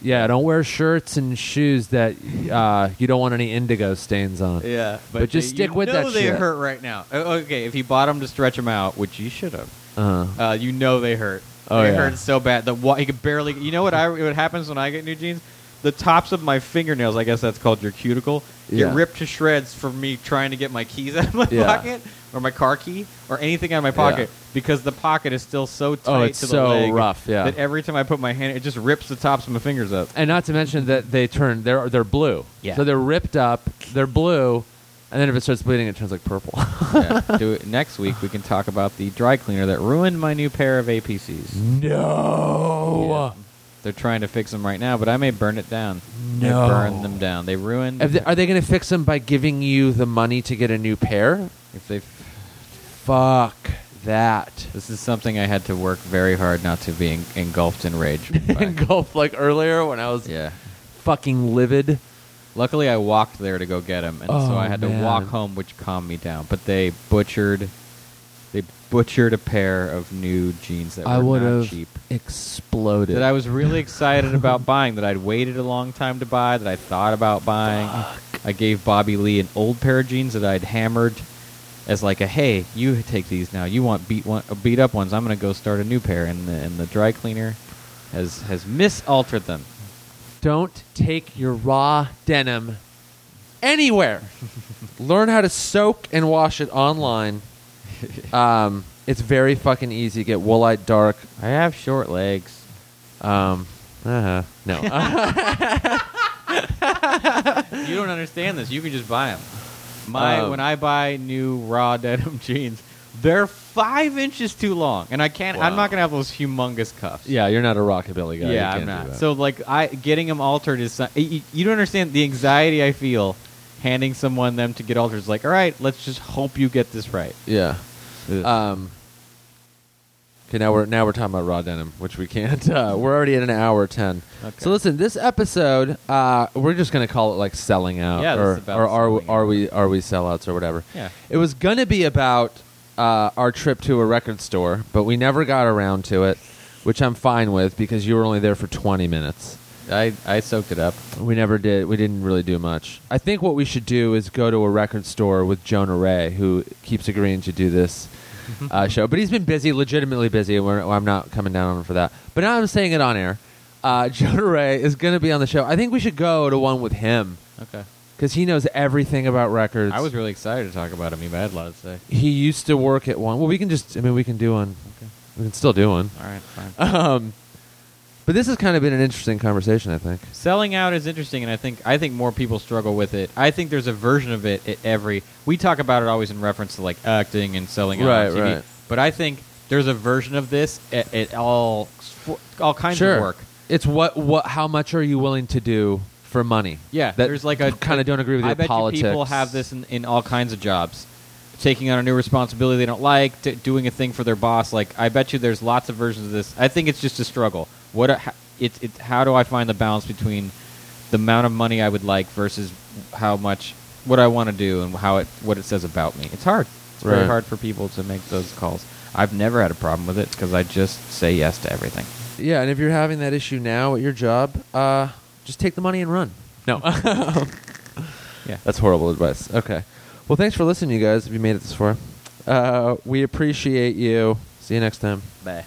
Speaker 1: Yeah, don't wear shirts and shoes that uh, you don't want any indigo stains on.
Speaker 2: Yeah,
Speaker 1: But just
Speaker 2: they-
Speaker 1: stick
Speaker 2: you
Speaker 1: with
Speaker 2: know
Speaker 1: that
Speaker 2: they
Speaker 1: shit.
Speaker 2: hurt right now. O- Okay, if you bought them to stretch them out, which you should have,
Speaker 1: Uh,
Speaker 2: uh, you know they hurt.
Speaker 1: Oh,
Speaker 2: they
Speaker 1: yeah.
Speaker 2: hurt so bad. The wa- you could barely. You know what I? What happens when I get new jeans? The tops of my fingernails, I guess that's called your cuticle, get
Speaker 1: Yeah.
Speaker 2: ripped to shreds from me trying to get my keys <laughs> out of my
Speaker 1: Yeah.
Speaker 2: pocket or my car key or anything out of my pocket because the pocket is still so tight
Speaker 1: Oh, it's
Speaker 2: to the
Speaker 1: so
Speaker 2: leg
Speaker 1: rough, yeah.
Speaker 2: that every time I put my hand, it just rips the tops of my fingers up.
Speaker 1: and not to mention that they turn they're they're blue.
Speaker 2: Yeah.
Speaker 1: So they're ripped up, they're blue, and then if it starts bleeding it turns like purple. <laughs>
Speaker 2: yeah, do it next week. We can talk about the dry cleaner that ruined my new pair of APCs.
Speaker 1: no.
Speaker 2: Yeah. They're trying to fix them right now, but I may burn it down.
Speaker 1: No.
Speaker 2: I burn them down. They ruined.
Speaker 1: Are they, are they going to fix them by giving you the money to get a new pair?
Speaker 2: if they,
Speaker 1: Fuck that. <laughs>
Speaker 2: this is something I had to work very hard not to be en- engulfed in rage.
Speaker 1: <laughs>
Speaker 2: by.
Speaker 1: golf like earlier when I was
Speaker 2: yeah.
Speaker 1: fucking livid.
Speaker 2: Luckily, I walked there to go get them, and so
Speaker 1: Oh,
Speaker 2: I had
Speaker 1: man.
Speaker 2: to walk home, which calmed me down. But they butchered. They butchered a pair of new jeans that
Speaker 1: I
Speaker 2: were
Speaker 1: would
Speaker 2: not
Speaker 1: have
Speaker 2: cheap.
Speaker 1: exploded.
Speaker 2: that I was really excited about buying, that I'd waited a long time to buy, that I thought about buying. I gave Bobby Lee an old pair of jeans that I'd hammered as like a hey, you take these now. You want beat one, uh, beat up ones. I'm gonna go start a new pair, and the, and the dry cleaner has has misaltered them.
Speaker 1: Don't take your raw denim
Speaker 2: <laughs>
Speaker 1: anywhere. Learn how to soak and wash it
Speaker 2: <laughs>
Speaker 1: online. Um, it's very fucking easy. Get woolite dark.
Speaker 2: I have short legs.
Speaker 1: Um, uh,
Speaker 2: <laughs>
Speaker 1: no.
Speaker 2: you don't understand this. You can just buy Uh, them. My
Speaker 1: Um,
Speaker 2: when I buy new raw <laughs> denim jeans, they're five inches too long, and I can't. I'm
Speaker 1: Wow.
Speaker 2: not gonna have those humongous cuffs.
Speaker 1: yeah, you're not a rockabilly guy. You
Speaker 2: yeah, I'm
Speaker 1: can't do
Speaker 2: not.
Speaker 1: that.
Speaker 2: So like, I getting them altered is so- you, you don't understand the anxiety I feel handing someone them to get altered. It's like, all right, let's just hope you get this right. Uh,
Speaker 1: yeah.
Speaker 2: Ugh.
Speaker 1: Um, okay, now we're now we're talking about raw denim, which we can't.
Speaker 2: <laughs>
Speaker 1: Uh, we're already at an hour ten.
Speaker 2: Okay.
Speaker 1: So listen, this episode, uh, we're just gonna call it like selling out,
Speaker 2: Yeah, this
Speaker 1: or
Speaker 2: is about
Speaker 1: or are we,
Speaker 2: selling out.
Speaker 1: are we are we sellouts or whatever.
Speaker 2: Yeah.
Speaker 1: It was gonna be about uh, our trip to a record store, but we never got around to it, which I'm fine with because you were only there for 20 minutes.
Speaker 2: I I soaked it up.
Speaker 1: We never did. We didn't really do much. I think what we should do is go to a record store with Jonah Ray, who keeps agreeing to do this
Speaker 2: Mm-hmm.
Speaker 1: uh, show. But he's been busy, legitimately busy, and we're, I'm not coming down on him for that. But now I'm saying it on air. Uh, <laughs> Jonah Ray is going to be on the show. I think we should go to one with him
Speaker 2: Okay.
Speaker 1: because he knows everything about records.
Speaker 2: I was really excited to talk about him. even. I had a lot to say.
Speaker 1: he used to work at one. Well, we can just. I mean, we can do one.
Speaker 2: Okay.
Speaker 1: We can still do one.
Speaker 2: All right. Fine. Uh,
Speaker 1: <laughs> Um, but this has kind of been an interesting conversation. I think.
Speaker 2: Selling out is interesting, and I think I think more people struggle with it. I think there's a version of it at every. We talk about it always in reference to like acting and selling out
Speaker 1: Right,
Speaker 2: on TV,
Speaker 1: right.
Speaker 2: but I think there's a version of this at, at all s- all kinds
Speaker 1: sure.
Speaker 2: of work.
Speaker 1: It's what what how much are you willing to do for money?
Speaker 2: Yeah,
Speaker 1: that
Speaker 2: there's like a
Speaker 1: kind of don't agree with
Speaker 2: I
Speaker 1: your
Speaker 2: bet
Speaker 1: politics.
Speaker 2: You people have this in, in all kinds of jobs, taking on a new responsibility they don't like, t- doing a thing for their boss. Like I bet you there's lots of versions of this. I think it's just a struggle. What a, ho- it's it's how do I find the balance between the amount of money I would like versus how much what I want to do and how it what it says about me. It's hard. It's very
Speaker 1: Right.
Speaker 2: hard for people to make those calls. I've never had a problem with it because I just say yes to everything.
Speaker 1: Yeah, and if you're having that issue now at your job, uh, just take the money and run. <laughs> No,
Speaker 2: Yeah.
Speaker 1: that's horrible advice. Okay, well, thanks for listening, you guys. If you made it this far, uh, we appreciate you. See you next time.
Speaker 2: Bye.